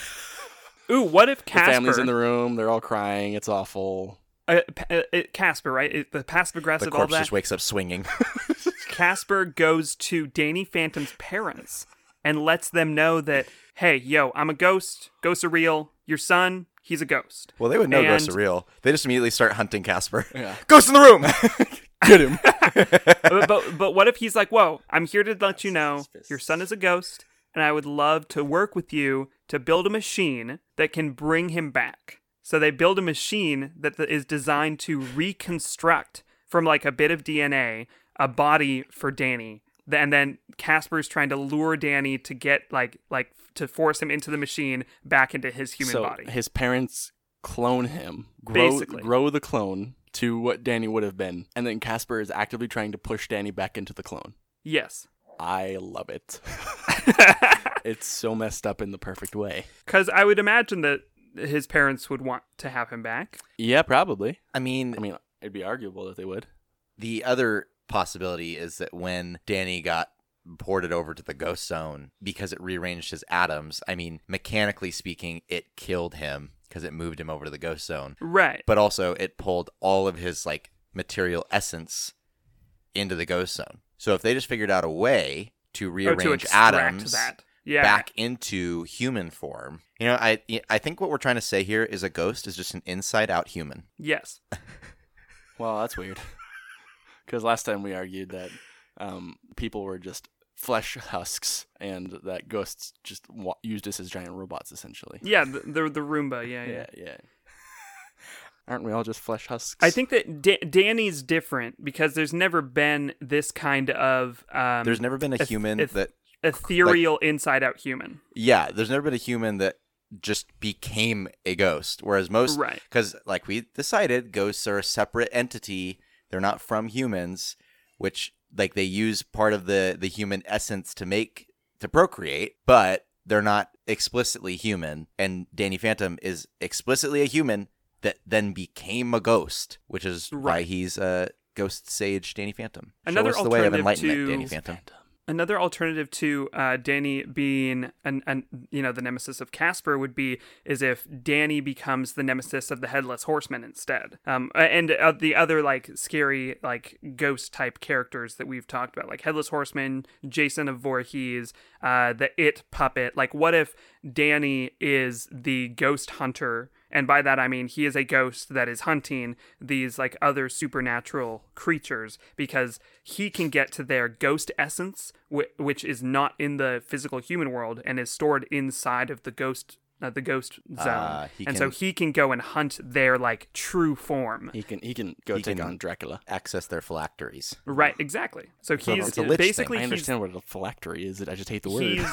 C: Ooh, what if
A: The
C: Casper?
A: family's in the room, they're all crying, it's awful.
C: uh, pa- uh, it- Casper, right? It- the passive
B: The
C: aggressive, all
B: corpse
C: that.
B: just wakes up swinging.
C: Casper goes to Danny Phantom's parents and lets them know that, hey, yo, I'm a ghost. Ghosts are real. Your son, he's a ghost.
B: Well, they would know ghosts are
C: And-
B: real. They just immediately start hunting Casper.
A: Yeah.
B: Ghost in the room.
A: Get him.
C: but, but but what if he's like, "Whoa, I'm here to let you know your son is a ghost, and I would love to work with you to build a machine that can bring him back." So they build a machine that th- is designed to reconstruct from like a bit of DNA a body for Danny. Th- And then Casper's trying to lure Danny to get like like to force him into the machine back into his human
A: so
C: body.
A: His parents clone him, grow,
C: Basically.
A: grow the clone to what Danny would have been, and then Casper is actively trying to push Danny back into the clone.
C: Yes.
A: I love it. it's so messed up in the perfect way.
C: Because I would imagine that his parents would want to have him back.
A: Yeah, probably.
B: I mean,
A: I mean, it'd be arguable that they would.
B: the other possibility is that when Danny got ported over to the ghost zone because it rearranged his atoms, I mean, mechanically speaking, it killed him because it moved him over to the ghost zone.
C: Right.
B: But also, it pulled all of his like material essence into the ghost zone. So if they just figured out a way to
C: Or Oh, to
B: rearrange
C: extract
B: atoms
C: that. Yeah.
B: back into human form, you know, I I think what we're trying to say here is a ghost is just an inside out human.
C: Yes.
A: Well, that's weird. Because last time we argued that um, people were just flesh husks, and that ghosts just wa- used us as giant robots, essentially.
C: Yeah. The the, the Roomba. Yeah. Yeah.
A: yeah, yeah. Aren't we all just flesh husks?
C: I think that da- Danny's different because there's never been this kind of um,
B: There's never been a
C: if-
B: human
C: if-
B: that
C: ethereal inside-out human.
B: Yeah, there's never been a human that just became a ghost. Whereas most,
C: Right.
B: Because like we decided, ghosts are a separate entity. They're not from humans, which like they use part of the the human essence to make to procreate, but they're not explicitly human. And Danny Phantom is explicitly a human that then became a ghost, which is why
C: Right.
B: he's a ghost sage, Danny Phantom.
C: Another
B: Show us the way of
C: alternative
B: enlightenment,
C: to-
B: Danny Phantom.
C: Another alternative to uh, Danny being an, an you know the nemesis of Casper would be is if Danny becomes the nemesis of the headless horseman instead. Um, a- and uh, the other like scary like ghost type characters that we've talked about like headless horseman, Jason of Voorhees, uh, the it puppet. Like what if Danny is the ghost hunter? And by that I mean he is a ghost that is hunting these like other supernatural creatures because he can get to their ghost essence, whi- which is not in the physical human world and is stored inside of the ghost uh, the ghost zone.
B: Ah, he
C: and so
B: can-
C: he can go and hunt their like true form.
A: he can. He can go
B: He
A: take
B: can-
A: on Dracula.
B: Access their phylacteries.
C: Right, exactly. So
B: a-
C: he's
B: it's a lich thing.
C: basically
A: I
C: he's
A: understand what a phylactery is. I just hate the word.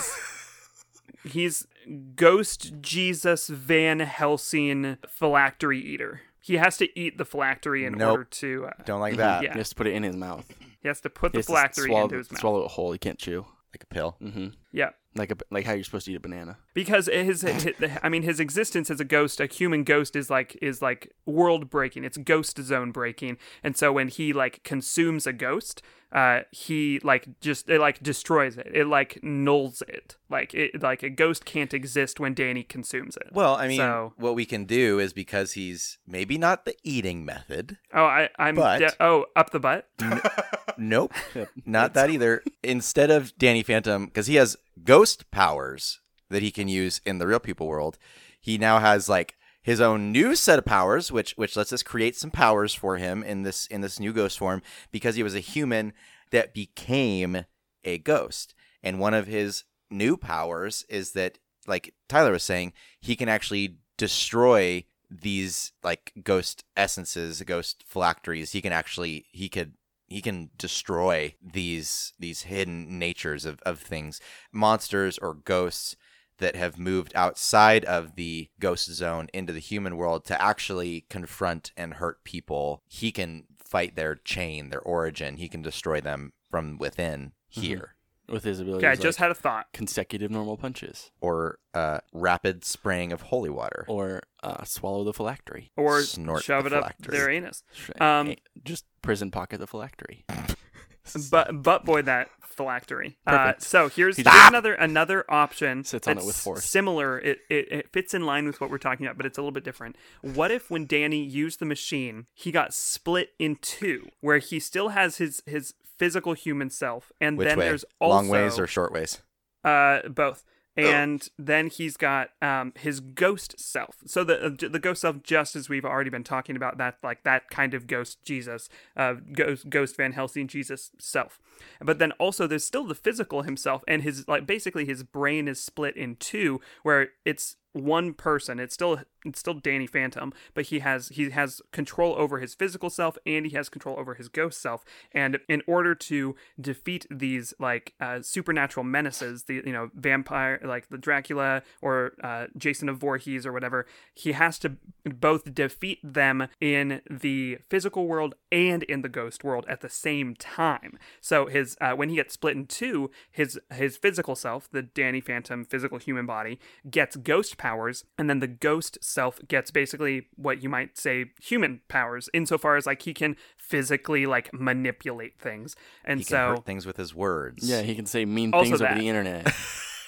C: He's, he's Ghost Jesus Van Helsing phylactery eater. He has to eat the phylactery in
B: Nope.
C: order to. Uh,
B: Don't like that.
C: Yeah.
A: He has to put it in his mouth.
C: he has to put
A: He
C: the
A: has to
C: phylactery
A: swallow,
C: into his mouth.
A: swallow it whole. He can't chew.
B: Like a pill.
A: hmm
C: Yeah,
A: Like a, like how you're supposed to eat a banana.
C: because his, his, I mean, his existence as a ghost, a human ghost, is like is like world breaking. It's ghost zone breaking, and so when he like consumes a ghost, uh, he like just it like destroys it. It like nulls it. Like it like a ghost can't exist when Danny consumes it.
B: Well, I mean,
C: So-
B: what we can do is because he's maybe not the eating method.
C: Oh, I, I'm.
B: But-
C: de- oh, up the butt.
B: Nope, not that either. Instead of Danny Phantom, because he has ghost powers that he can use in the real people world, he now has like his own new set of powers, which which lets us create some powers for him in this in this new ghost form because he was a human that became a ghost, and one of his new powers is that like Tyler was saying, he can actually destroy these like ghost essences, ghost phylacteries. He can actually he could he can destroy these these hidden natures of, of things, monsters or ghosts that have moved outside of the ghost zone into the human world to actually confront and hurt people. He can fight their chain, their origin. He can destroy them from within
C: Mm-hmm.
B: here.
A: With his ability.
C: Okay, I just had a thought.
A: consecutive normal punches,
B: Or uh, rapid spraying of holy water.
A: or uh, swallow the phylactery.
C: Or
B: Snort
C: shove
B: the
C: it up
B: phylactery.
C: their anus.
A: Sh-
C: Um,
A: eh, just prison pocket the phylactery.
C: But butt boy that phylactery. Uh,
A: Perfect.
C: so here's,
A: He
C: here's
A: just-
C: another another option.
A: Sits on it
C: that's
A: with force.
C: Similar. It, it it fits in line with what we're talking about, but it's a little bit different. What if when Danny used the machine, he got split in two, where he still has his his physical human self, and
B: Which
C: then
B: way?
C: there's also
B: Long ways or short ways?
C: Uh, both. And then he's got um his ghost self. So the uh, j- the ghost self, just as we've already been talking about that, like that kind of ghost Jesus, uh, ghost ghost Van Helsing Jesus self. But then also there's still the physical himself, and his like basically his brain is split in two, where it's one person. It's still it's still Danny Phantom, but he has he has control over his physical self and he has control over his ghost self. And in order to defeat these like uh, supernatural menaces, the you know vampire like the Dracula or uh, Jason of Voorhees or whatever, he has to both defeat them in the physical world and in the ghost world at the same time. So his uh, when he gets split in two, his his physical self, the Danny Phantom physical human body, gets ghost powers, and then the ghost self gets basically what you might say human powers, insofar as like he can physically like manipulate things, and
B: he can
C: so
B: hurt things with his words.
A: Yeah, he can say mean
C: Also
A: things
C: that.
A: over the internet.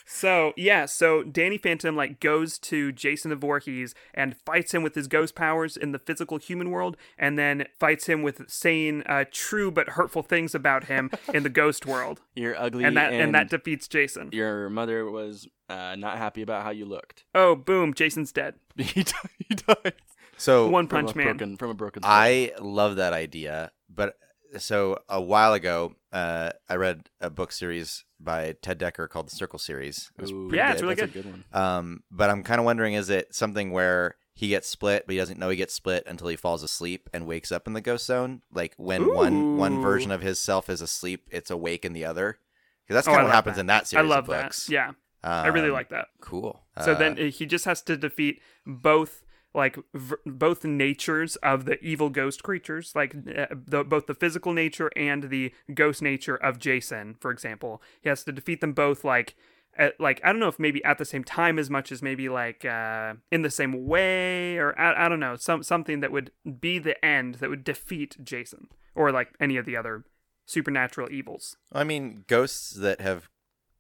C: So yeah, so Danny Phantom like goes to Jason the Voorhees and fights him with his ghost powers in the physical human world, and then fights him with saying uh, true but hurtful things about him in the ghost world,
A: You're ugly,
C: and that and, that defeats Jason.
A: your mother was uh, not happy about how you looked.
C: Oh, boom! Jason's dead.
A: he di- he died
B: So
C: One
A: from
C: Punch
A: a
C: Man.
A: broken from a broken. skull.
B: I love that idea, but uh, so a while ago, uh, I read a book series by Ted Decker called the Circle Series. It was
A: Ooh,
B: pretty
C: Yeah, it's really
A: that's a good one.
B: Um, but I'm kind of wondering, is it something where he gets split, but he doesn't know he gets split until he falls asleep and wakes up in the ghost zone? Like when one one
C: Ooh.
B: version of his self is asleep, it's awake in the other. Because that's
C: Oh,
B: kind
C: I
B: of what
C: love
B: happens
C: that.
B: in that series.
C: I love
B: of books.
C: that. Yeah, I really
B: Um,
C: like that.
B: Cool.
C: So
B: Uh,
C: then uh, he just has to defeat both like v- both natures of the evil ghost creatures, like uh, the, both the physical nature and the ghost nature of Jason, for example. He has to defeat them both like at, like I don't know if maybe at the same time as much as maybe like uh, in the same way or I, I don't know some something that would be the end that would defeat Jason or like any of the other supernatural evils.
B: I mean, ghosts that have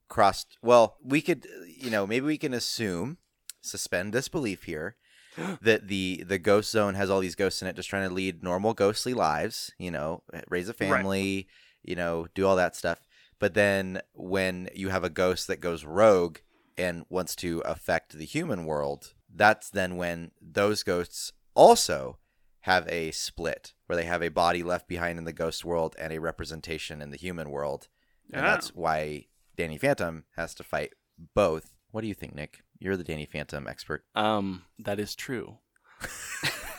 B: crossed. Well, we could, you know, maybe we can assume, suspend disbelief here, that the the ghost zone has all these ghosts in it, just trying to lead normal ghostly lives. You know, raise a
C: Right.
B: family. You know, do all that stuff. But then when you have a ghost that goes rogue and wants to affect the human world, that's then when those ghosts also have a split where they have a body left behind in the ghost world and a representation in the human world. And
C: Ah.
B: that's why Danny Phantom has to fight both. What do you think, Nick? You're the Danny Phantom expert.
A: Um, that is true.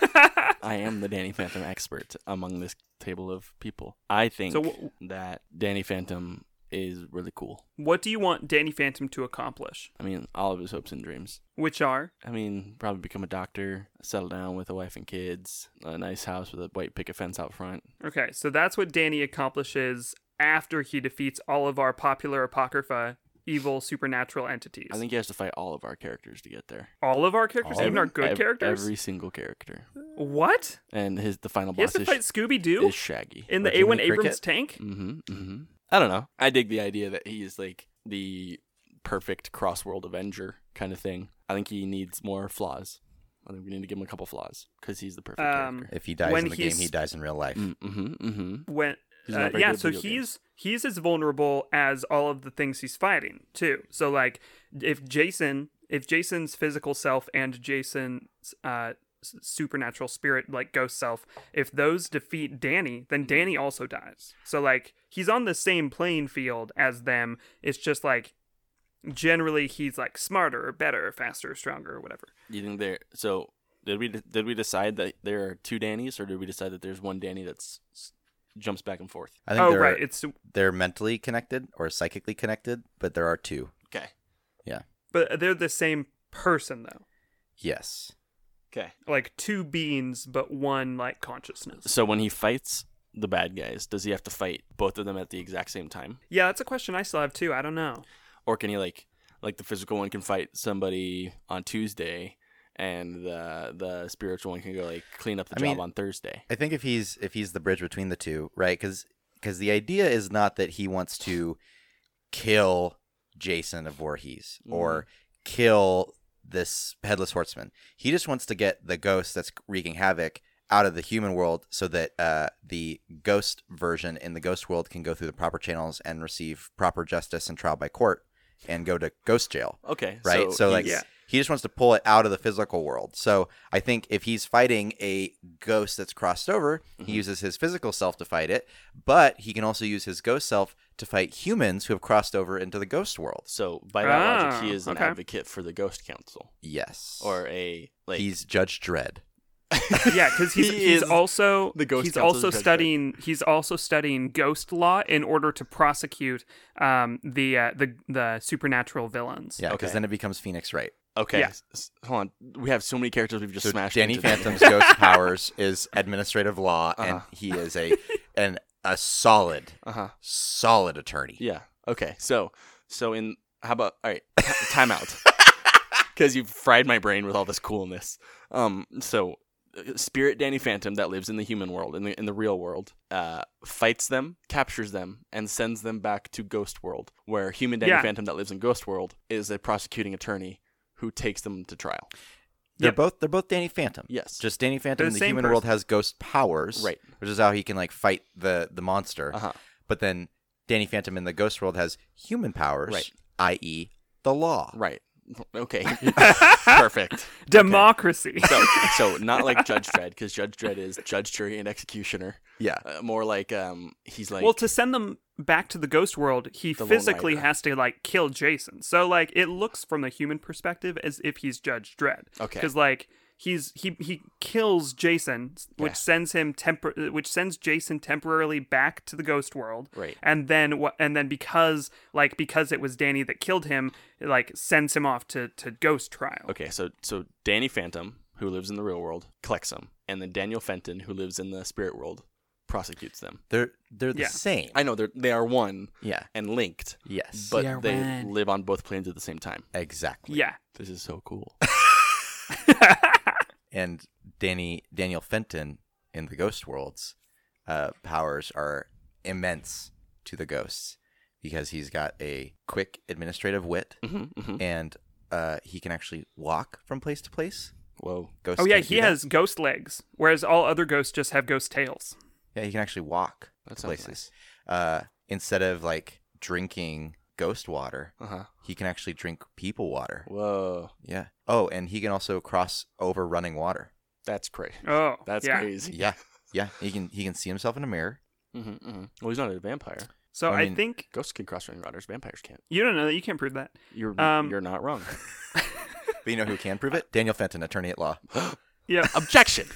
C: uh,
A: I am the Danny Phantom expert among this table of people. I think
C: So wh-
A: that Danny Phantom is really cool.
C: what do you want Danny Phantom to accomplish?
A: I mean, all of his hopes and dreams.
C: Which are
A: I mean, probably become a doctor, settle down with a wife and kids, a nice house with a white picket fence out front.
C: Okay, so that's what Danny accomplishes after he defeats all of our popular apocrypha evil supernatural entities.
A: I think he has to fight all of our characters to get there.
C: all of our characters,
B: All of
C: even our
B: them?
C: good
A: Ev-
C: characters.
A: Every single character.
C: What?
A: And his the final
C: He has
A: boss
C: to
A: is,
C: fight Scooby Doo
A: is Shaggy.
C: in the
B: Or Jiminy
C: A1 Abrams
B: Cricket?
C: tank?
A: Mm-hmm, mm-hmm. I don't know. I dig the idea that he is like the perfect cross-world Avenger kind of thing. I think he needs more flaws. I think we need to give him a couple flaws because he's the perfect
C: Um,
A: character.
B: If he dies
C: When Mm.
B: in the game,
C: he's-
B: he dies in real life.
A: Mm-hmm, mm-hmm.
C: When
A: He's
C: uh,
A: not very
C: yeah,
A: good at
C: so
A: video games.
C: he's he's as vulnerable as all of the things he's fighting too. So like if Jason, if Jason's physical self and Jason's uh s- supernatural spirit like ghost self if those defeat danny then
A: Mm-hmm.
C: danny also dies so like he's on the same playing field as them it's just like generally he's like smarter or better or faster or stronger or whatever
A: You think there? So did we did we decide that there are two Dannys, or did we decide that there's one Danny that's jumps back and forth?
B: I think
C: oh
B: they're,
C: right it's
B: they're mentally connected or psychically connected, but there are two.
A: Okay.
C: but they're the same person though
B: Yes.
A: Okay.
C: like two beings but one like consciousness
A: So when he fights the bad guys, does he have to fight both of them at the exact same time?
C: Yeah, that's a question I still have too. I don't know.
A: or can he like like the physical one can fight somebody on Tuesday and the the spiritual one can go like clean up the
B: I
A: job
B: mean-
A: on Thursday.
B: I think if he's if he's the bridge between the two, right? Because the idea is not that he wants to kill Jason of Voorhees or kill this headless horseman. He just wants to get the ghost that's wreaking havoc out of the human world so that uh, the ghost version in the ghost world can go through the proper channels and receive proper justice and trial by court and go to ghost jail.
A: Okay.
B: Right, so, like,
A: he's-
B: He just wants to pull it out of the physical world. So I think if he's fighting a ghost that's crossed over, he uses his physical self to fight it, but he can also use his ghost self to fight humans who have crossed over into the ghost world.
A: So by that logic, he
C: Ah,
A: is an
C: okay.
A: advocate for the Ghost Council
B: Yes.
A: or a like.
B: he's Judge Dredd.
C: Yeah, because he's,
A: He is
C: he's also
A: the ghost
C: he's
A: counsel
C: also
A: judge, right?
C: studying he's also studying ghost law in order to prosecute um, the uh, the the supernatural villains.
B: Yeah, because
A: Okay.
B: then it becomes Phoenix Wright.
A: okay.
C: yeah.
A: s- s- Hold on, we have so many characters we've just
B: So
A: smashed.
B: Danny
A: into there.
B: Phantom's ghost powers is administrative law, and
A: Uh-huh.
B: he is a an a solid,
A: Uh-huh.
B: solid attorney.
A: Yeah. Okay. So so in how about all right? t- Time out. Because you fried my brain with all this coolness. Um. So uh, spirit Danny Phantom that lives in the human world in the in the real world uh fights them, captures them, and sends them back to Ghost World, where human Danny
C: Yeah.
A: Phantom that lives in Ghost World is a prosecuting attorney who takes them to trial.
B: They're
C: Yep.
B: both they're both Danny Phantom.
A: Yes.
B: Just Danny Phantom
C: They're
B: in
C: the
B: the
C: same
B: human
C: person.
B: world has ghost powers.
A: Right.
B: Which is how he can like fight the the monster.
A: Uh huh.
B: But then Danny Phantom in the ghost world has human powers,
A: Right.
B: i.e. the law.
A: Right. Okay. Perfect.
C: Democracy.
A: So, so not like Judge Dredd, because Judge Dredd is judge, jury, and executioner.
B: Yeah.
A: Uh, more like um, he's like
C: well, to send them back to the ghost world, he
A: The Lone
C: physically
A: Rider.
C: has to like kill Jason. So like it looks from the human perspective as if he's Judge Dredd.
A: Okay.
C: Because like he's he he kills Jason, which
A: Yeah.
C: sends him tempor- which sends Jason temporarily back to the ghost world.
A: Right.
C: And then what? And then because like because it was Danny that killed him, it, like sends him off to to ghost trial.
A: Okay, so so Danny Phantom, who lives in the real world, collects them, and then Daniel Fenton, who lives in the spirit world, prosecutes them.
B: They're they're the
C: Yeah.
B: same.
A: I know they are they are one
B: yeah.
A: and linked,
B: Yes.
A: but
C: They are
A: they
C: one.
A: live on both planes at the same time.
B: exactly.
C: Yeah.
A: This is so cool.
B: and Danny Daniel Fenton in the Ghost Worlds uh, powers are immense to the ghosts because he's got a quick administrative wit
A: Mhm, mhm.
B: and uh, he can actually walk from place to place.
A: Whoa,
B: Ghosts
C: oh yeah,
B: can't do
C: he
B: that.
C: has ghost legs, whereas all other ghosts just have ghost tails.
B: Yeah, he can actually walk
A: That sounds
B: places uh, instead of like drinking ghost water.
A: uh huh.
B: He can actually drink people water.
A: Whoa,
B: Yeah. Oh, and he can also cross over running water.
A: that's crazy.
C: Oh,
A: That's
C: yeah.
A: crazy.
B: Yeah. Yeah. He can he can see himself in a mirror.
A: hmm Well, he's not a vampire.
C: So
B: I
C: I,
B: mean-
C: think
A: Ghosts can cross running riders. Vampires can't.
C: you don't know that you can't prove that.
A: You're
C: Um,
A: you're not wrong.
B: But you know who can prove it? Daniel Fenton, attorney at law.
C: Yeah.
A: Objection.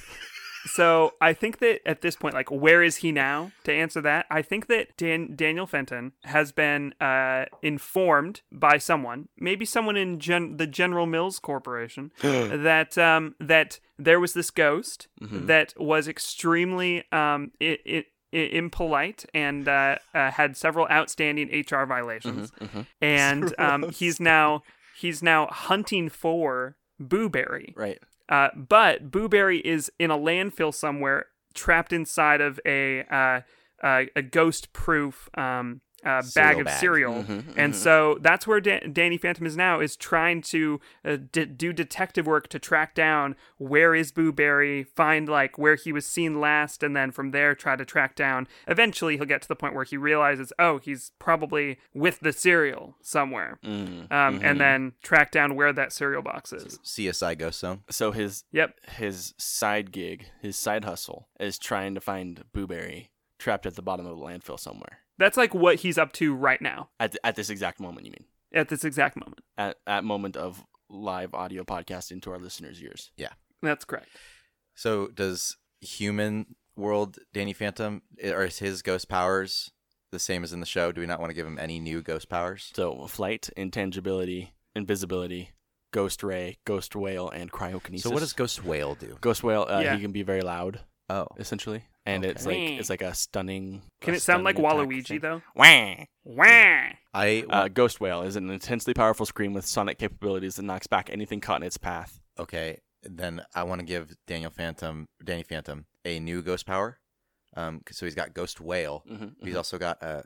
C: so I think that at this point, like, where is he now? To answer that, I think that Dan- Daniel Fenton has been uh, informed by someone, maybe someone in gen- the General Mills Corporation,
A: Mm-hmm,
C: that um, that there was this ghost that was extremely um, i i i- impolite and uh, uh, had several outstanding HR violations,
A: Mm-hmm,
C: and um, he's now he's now hunting for Boo Berry.
A: Right.
C: Uh, but Boo Berry is in a landfill somewhere, trapped inside of a uh, uh, a ghost proof um, uh, bag
B: Cereal
C: of
B: bag. Mm-hmm.
C: cereal.
A: Mm-hmm,
C: And so that's where da- Danny Phantom is now, is trying to uh, d- do detective work to track down where is Boo Berry, find like where he was seen last, and then from there try to track down. Eventually, he'll get to the point where he realizes, oh, he's probably with the cereal somewhere,
A: Mm.
C: um,
B: Mm-hmm.
C: and then track down where that cereal box is.
B: CSI Ghost Zone.
A: So his
C: Yep.
A: his side gig, his side hustle, is trying to find Booberry trapped at the bottom of a landfill somewhere.
C: That's like what he's up to right now
A: At, at this exact moment, you mean?
C: at this exact moment.
A: At, at moment of live audio podcast into our listeners' ears.
C: That's correct.
B: So does human world Danny Phantom eh, or is his ghost powers the same as in the show? Do we not want to give him any new ghost powers?
A: So flight, intangibility, invisibility, ghost ray, ghost whale, and cryokinesis.
B: So what does Ghost Whale do?
A: ghost whale? Uh,
C: Yeah.
A: He can be very loud,
B: Oh,
A: essentially, and it's like
C: Okay.
A: it's like a stunning.
C: Can
A: a
C: it sound like
A: stunning attack
C: Waluigi
A: thing.
C: though?
A: Wah!
C: Wah!
B: I
A: Uh, ghost whale is an intensely powerful scream with sonic capabilities that knocks back anything caught in its path.
B: okay. Then I want to give Daniel Phantom, Danny Phantom, a new ghost power. Um, 'cause- so he's got Ghost Whale.
A: Mhm,
B: He's
A: mhm.
B: also got a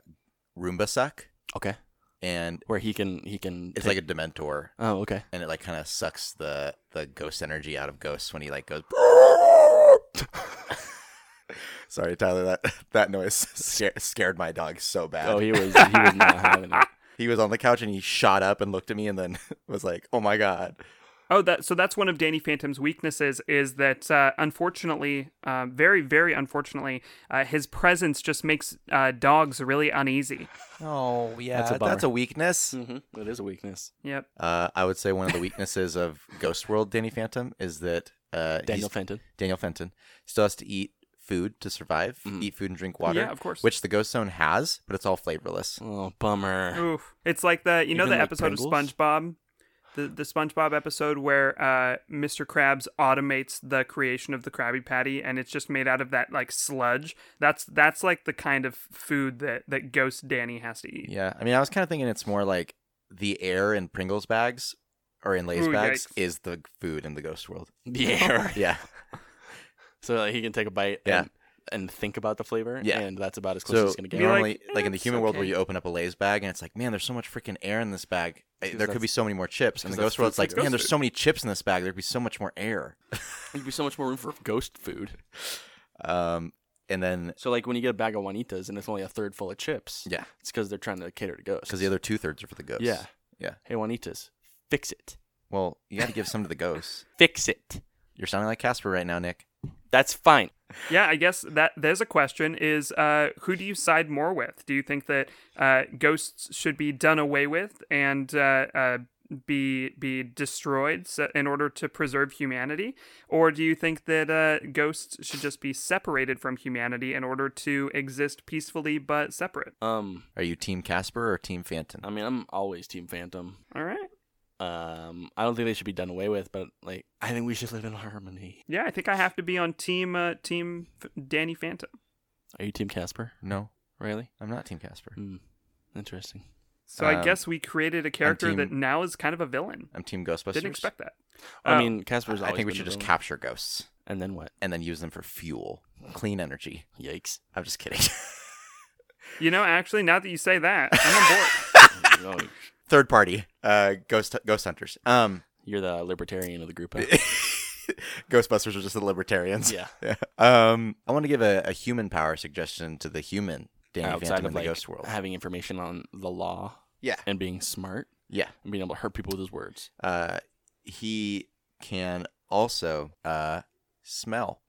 B: Roomba Suck,
A: okay.
B: and
A: Where he can he can.
B: it's
A: take-
B: like a Dementor,
A: Oh, okay.
B: and it like kind of sucks the the ghost energy out of ghosts when he like goes. Sorry, Tyler. That that noise scared, scared my dog so bad.
A: Oh, he was he was not having it.
B: He was on the couch and he shot up and looked at me and then was like, "Oh my god."
C: Oh, that so that's one of Danny Phantom's weaknesses is that uh, unfortunately, uh, very very unfortunately, uh, his presence just makes uh, dogs really uneasy.
B: Oh yeah,
A: That's a bummer.
B: that's a weakness.
A: Mm-hmm. It is a weakness.
C: Yep.
B: Uh, I would say one of the weaknesses of Ghost World Danny Phantom is that uh, he's-
A: Daniel Fenton.
B: Daniel Fenton still has to eat food to survive,
A: Mhm.
B: eat food and drink water,
C: Yeah, of course.
B: which the Ghost Zone has, but it's all flavorless.
A: Oh, bummer.
C: Oof. It's like the you know
A: Even
C: the
A: like
C: episode
A: Pringles?
C: of SpongeBob, the the SpongeBob episode where uh, Mr. Krabs automates the creation of the Krabby Patty, and it's just made out of that like sludge. That's that's like the kind of food that that Ghost Danny has to eat.
B: Yeah, I mean, I was kind of thinking it's more like the air in Pringles bags or in Lay's
C: Ooh,
B: bags
C: yikes.
B: is the food in the Ghost World.
A: Yeah. right.
B: Yeah,
A: So like, he can take a bite
B: Yeah.
A: and, and think about the flavor,
B: Yeah.
A: and that's about as close as
B: so
A: it's going to
C: Be
A: get.
C: like,
B: normally,
C: "Eh,
B: like, in the
C: it's
B: human world, where
C: okay."
B: you open up a Lay's bag and it's like, man, there's so much freaking air in this bag. I-
A: Because
B: There could be
A: that's-
B: so many more chips. In the
A: because that's
B: Ghost World, it's
A: food, it's
B: like, man,
A: ghost
B: there's
A: food."
B: so many chips in this bag. There'd be so much more air.
A: There'd be so much more room for ghost food.
B: Um, and then
A: So like when you get a bag of Juanitas and it's only a third full of chips,
B: yeah,
A: it's because they're trying to cater to ghosts.
B: because the other two thirds are for the ghosts.
A: yeah,
B: Yeah.
A: Hey Juanitas, fix it,
B: Well, you got to give some to the ghosts.
A: fix it.
B: You're sounding like Casper right now, Nick.
A: That's fine.
C: Yeah, I guess that there's a question: is uh, who do you side more with? Do you think that uh, ghosts should be done away with and uh, uh, be be destroyed so, in order to preserve humanity, or do you think that uh, ghosts should just be separated from humanity in order to exist peacefully but separate?
A: Um,
B: Are you Team Casper or Team Phantom?
A: I mean I'm always Team Phantom.
C: All right.
A: Um, I don't think they should be done away with, but like I think we should live in harmony.
C: Yeah, I think I have to be on team uh, team F- Danny Phantom.
A: Are you Team Casper?
B: No,
A: Really?
B: I'm not Team Casper.
A: Hmm. Interesting.
C: So I
A: Uh,
B: Um,
C: guess we created a character
B: team-
C: that now is kind of a villain.
B: I'm Team Ghostbusters.
C: Didn't expect that.
A: I
C: Uh,
A: mean, Casper's.
B: I
A: always
B: think we
A: been
B: should
A: a
B: just
A: villain.
B: capture ghosts
A: And then what?
B: and then use them for fuel, clean energy.
A: Yikes.
B: I'm just kidding.
C: You know, actually, now that you say that, I'm on board.
A: No,
B: Third party, uh, ghost ghost hunters. Um,
A: You're the libertarian of the group. huh?
B: Ghostbusters are just the libertarians.
A: yeah.
B: Yeah. Um, I want to give a, a human power suggestion to the human Danny
A: Outside
B: Phantom
A: of
B: in the
A: like
B: ghost world.
A: having information on the law
B: Yeah.
A: and being smart
B: Yeah.
A: and being able to hurt people with his words.
B: Uh, he can also uh smell,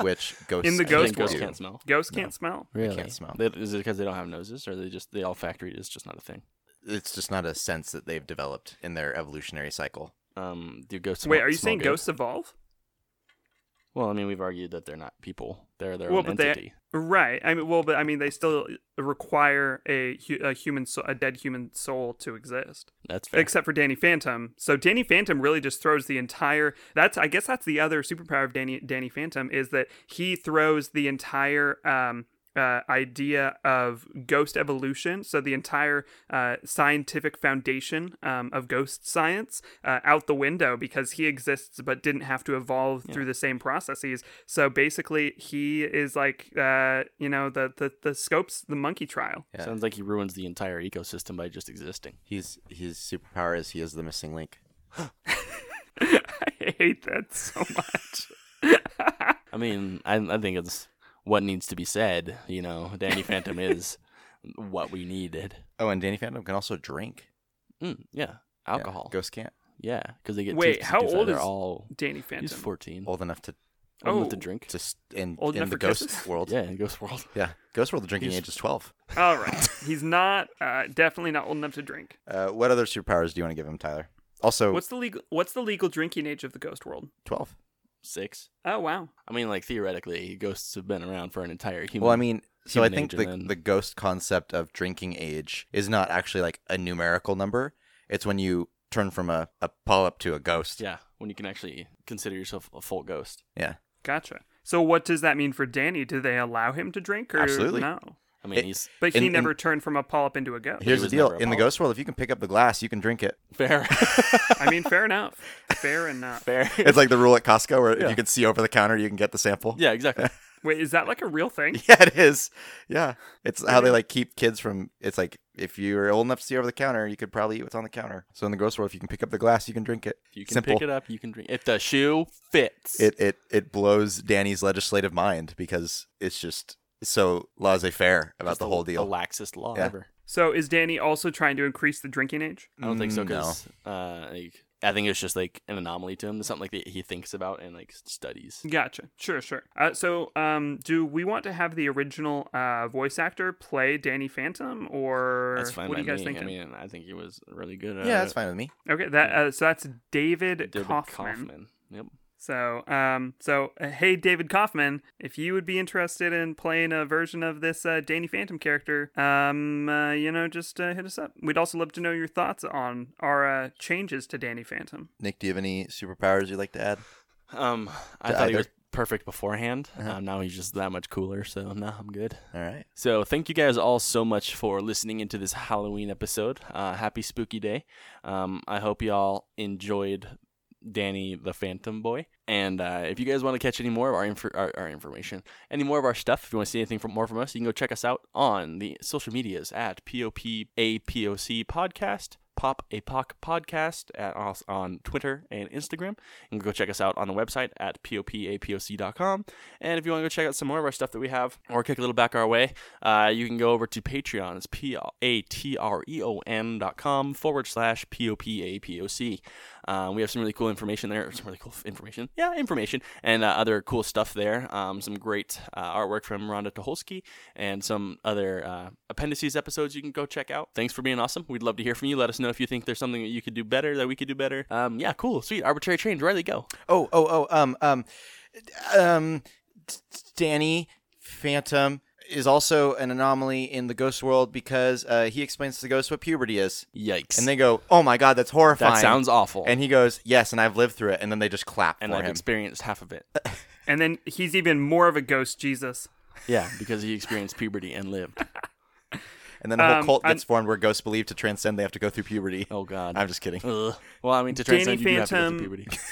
B: which ghosts
C: In the
B: I think
A: I think
C: ghost
A: ghosts
B: do.
C: world.
A: can't smell.
C: Ghosts
B: No.
C: can't smell.
A: Really?
B: can't smell.
A: They- is it because they don't have noses, or they just the olfactory is just not a thing?
B: It's just not a sense that they've developed in their evolutionary cycle.
A: Um, do ghosts?
C: Wait,
A: smell-
C: are you
A: smell
C: saying
A: good?
C: ghosts evolve?
A: Well, I mean, we've argued that they're not people; they're their
C: Well,
A: own
C: but they-
A: entity.
C: Right. I mean, well, but I mean, they still require a, hu- a human, soul, a dead human soul to exist,
A: That's fair.
C: except for Danny Phantom. So Danny Phantom really just throws the entire. That's I guess that's the other superpower of Danny Danny Phantom is that he throws the entire um, uh, idea of ghost evolution, so the entire uh, scientific foundation um, of ghost science uh, out the window because he exists but didn't have to evolve through the same processes. So basically, he is like uh, you know the, the the scopes the monkey trial.
B: Yeah.
A: Sounds like he ruins the entire ecosystem by just existing.
B: He's his superpower is he is the missing link.
C: I hate that so much.
A: I mean, I, I think it's what needs to be said. You know, Danny Phantom is what we needed.
B: Oh, and Danny Phantom can also drink
A: Mm, yeah,
B: Yeah,
A: alcohol.
B: ghosts can't.
A: Yeah, because they get
C: Wait,
A: tasted
C: how
A: too fat.
C: old
A: They're
C: is
A: all
C: Danny
A: he's
C: Phantom.
A: fourteen. Old,
B: Old enough to
A: enough to
C: Oh.
A: drink.
B: to s- in
C: Old
B: in
C: enough
B: the
C: for
B: ghost
C: kisses?
B: world.
A: Yeah, in Ghost World.
B: yeah. Ghost world. The drinking
A: He's-
B: age is twelve.
C: All right, he's not uh, definitely not old enough to drink.
B: Uh, what other superpowers do you want to give him, Tyler?
A: Oh.
B: Also,
C: What's the legal What's the legal drinking age of the ghost world?
B: twelve?
A: Six.
C: Oh wow.
A: I mean, like theoretically, ghosts have been around for an entire human.
B: Well, I mean, so I
A: human
B: think
A: age
B: the,
A: and then-
B: the ghost concept of drinking age is not actually like a numerical number. It's when you turn from a, a polyp to a ghost.
A: yeah, when you can actually consider yourself a full ghost.
B: Yeah.
C: Gotcha. So what does that mean for Danny? Do they allow him to drink or
B: Absolutely.
C: no?
A: I mean,
B: It-
A: he's
C: But he
B: In- in-
C: never turned from a polyp into a ghost.
B: Here's the
A: was
B: deal:
A: never a
B: in the
A: polyp.
B: ghost world, if you can pick up the glass, you can drink it.
A: fair.
C: I mean, fair enough. Fair enough.
A: fair.
B: It's like the rule at Costco, where if
A: Yeah.
B: you can see over the counter, you can get the sample.
A: yeah, exactly.
C: Wait, is that like a real thing?
B: Yeah, it is. Yeah, it's how they like keep kids from. It's like if you're old enough to see over the counter, you could probably eat what's on the counter. So in the ghost world, if you can pick up the glass, you can drink it.
A: If you can
B: Simple.
A: pick it up, you can drink. If the shoe fits,
B: It it it blows Danny's legislative mind because it's just so laissez faire about
A: Just
B: the whole
A: The
B: deal.
A: laxest law
B: Yeah.
A: ever.
C: So is Danny also trying to increase the drinking age?
A: I don't think so
B: Mm, no.
A: because uh, like, I think it's just like an anomaly to him. It's something like that he thinks about and like studies.
C: Gotcha. Sure, sure. Uh, so, um, do we want to have the original uh, voice actor play Danny Phantom, or
A: That's fine.
C: what do
A: by
C: you guys
A: me.
C: think?
A: I mean, I think he was really good. At
B: Yeah,
A: it.
B: that's fine with me.
C: okay, that uh, so that's David,
A: David
C: Kaufman.
A: Kaufman. Yep.
C: So, um, so uh, hey, David Kaufman, if you would be interested in playing a version of this uh, Danny Phantom character, um, uh, you know, just uh, hit us up. We'd also love to know your thoughts on our uh, changes to Danny Phantom.
B: Nick, do you have any superpowers you'd like to add?
A: Um, I
B: To
A: thought he
B: either.
A: was perfect beforehand.
B: Uh-huh.
A: Um, now he's just that much cooler. So now I'm good.
B: All right.
A: So thank you guys all so much for listening into this Halloween episode. Uh, happy spooky day. Um, I hope y'all enjoyed Danny the Phantom Boy. And uh, if you guys want to catch any more of our, inf- our our information, any more of our stuff, if you want to see anything from more from us, you can go check us out on the social medias at POPAPOC Podcast. Pop a Poc podcast at us on Twitter and Instagram. And go check us out on the website at popapoc.com. And if you want to go check out some more of our stuff that we have or kick a little back our way, uh, you can go over to Patreon. It's P A T R E O M dot com forward slash P O P A P O C. Um, we have some really cool information there. Some really cool f- information. Yeah, information. And uh, other cool stuff there. Um, some great uh, artwork from Rhonda Tucholsky and some other uh, appendices episodes you can go check out. Thanks for being awesome. We'd love to hear from you. Let us know if you think there's something that you could do better, that we could do better. Um, yeah, cool. Sweet. Arbitrary change. Riley, go.
B: Oh, oh, oh. Um, um, um, t- t- Danny Phantom is also an anomaly in the ghost world because uh, he explains to ghosts what puberty is,
A: Yikes.
B: and they go, "Oh my god, that's horrifying."
A: that sounds awful.
B: And he goes, "Yes," and I've lived through it. And then they just clap
A: and
B: for
A: I've
B: him.
A: experienced half of it.
C: And then he's even more of a ghost Jesus.
A: Yeah, because he experienced puberty and lived.
B: and then a whole
C: Um,
B: cult gets
C: I'm-
B: formed where ghosts believe to transcend they have to go through puberty.
A: Oh God.
B: I'm just kidding.
A: Ugh. Well, I mean, to
C: Danny
A: transcend, you do have to go through
C: Phantom-
A: puberty.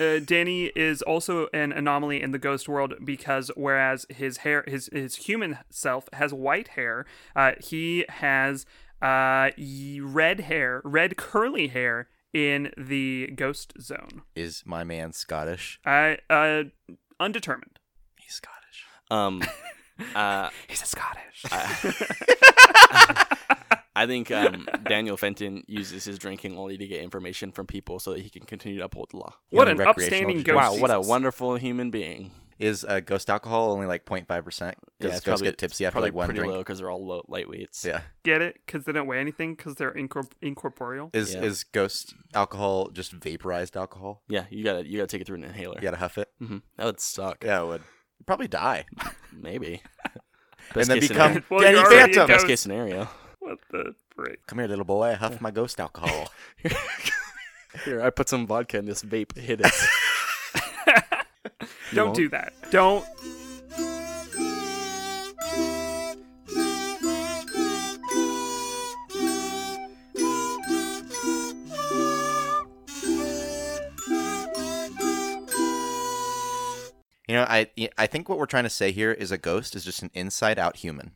C: Uh, Danny is also an anomaly in the ghost world because whereas his hair, his his human self has white hair, uh, he has uh, y- red hair, red curly hair in the ghost zone.
B: Is my man Scottish?
C: I uh, undetermined.
B: He's Scottish.
A: Um, uh,
C: He's a Scottish.
A: I think um, Daniel Fenton uses his drinking only to get information from people so that he can continue to uphold the law.
C: what
B: Yeah,
C: an
B: recreational
C: upstanding
B: drug.
C: ghost.
A: Wow, what a
C: Jesus.
A: wonderful human being.
B: Is uh, ghost alcohol only like 0.5 percent?
A: Yeah,
B: Because
A: it's
B: ghosts
A: probably-
B: get tipsy after
A: Probably
B: like one
A: pretty
B: drink.
A: low because they're all low, lightweights.
B: Yeah.
C: Get it? Because they don't weigh anything. Because they're incorp- incorporeal.
B: Is
A: Yeah.
B: is ghost alcohol just vaporized alcohol?
A: Yeah, you gotta you gotta take it through an inhaler.
B: You gotta huff it.
A: hmm That would suck.
B: Yeah, it would. You'd probably die.
A: Maybe.
B: and then
A: case
B: become
A: scenario.
C: Well,
B: Danny
C: you're already a
B: Phantom.
A: Best
C: Ghost.
A: case scenario.
C: What the frick?
B: Come here, little boy. I huff my ghost alcohol.
A: Here, I put some vodka in this vape. Hit it.
C: Don't
A: won't?
C: do that. Don't
B: you know, I I think what we're trying to say here is a ghost is just an inside out human.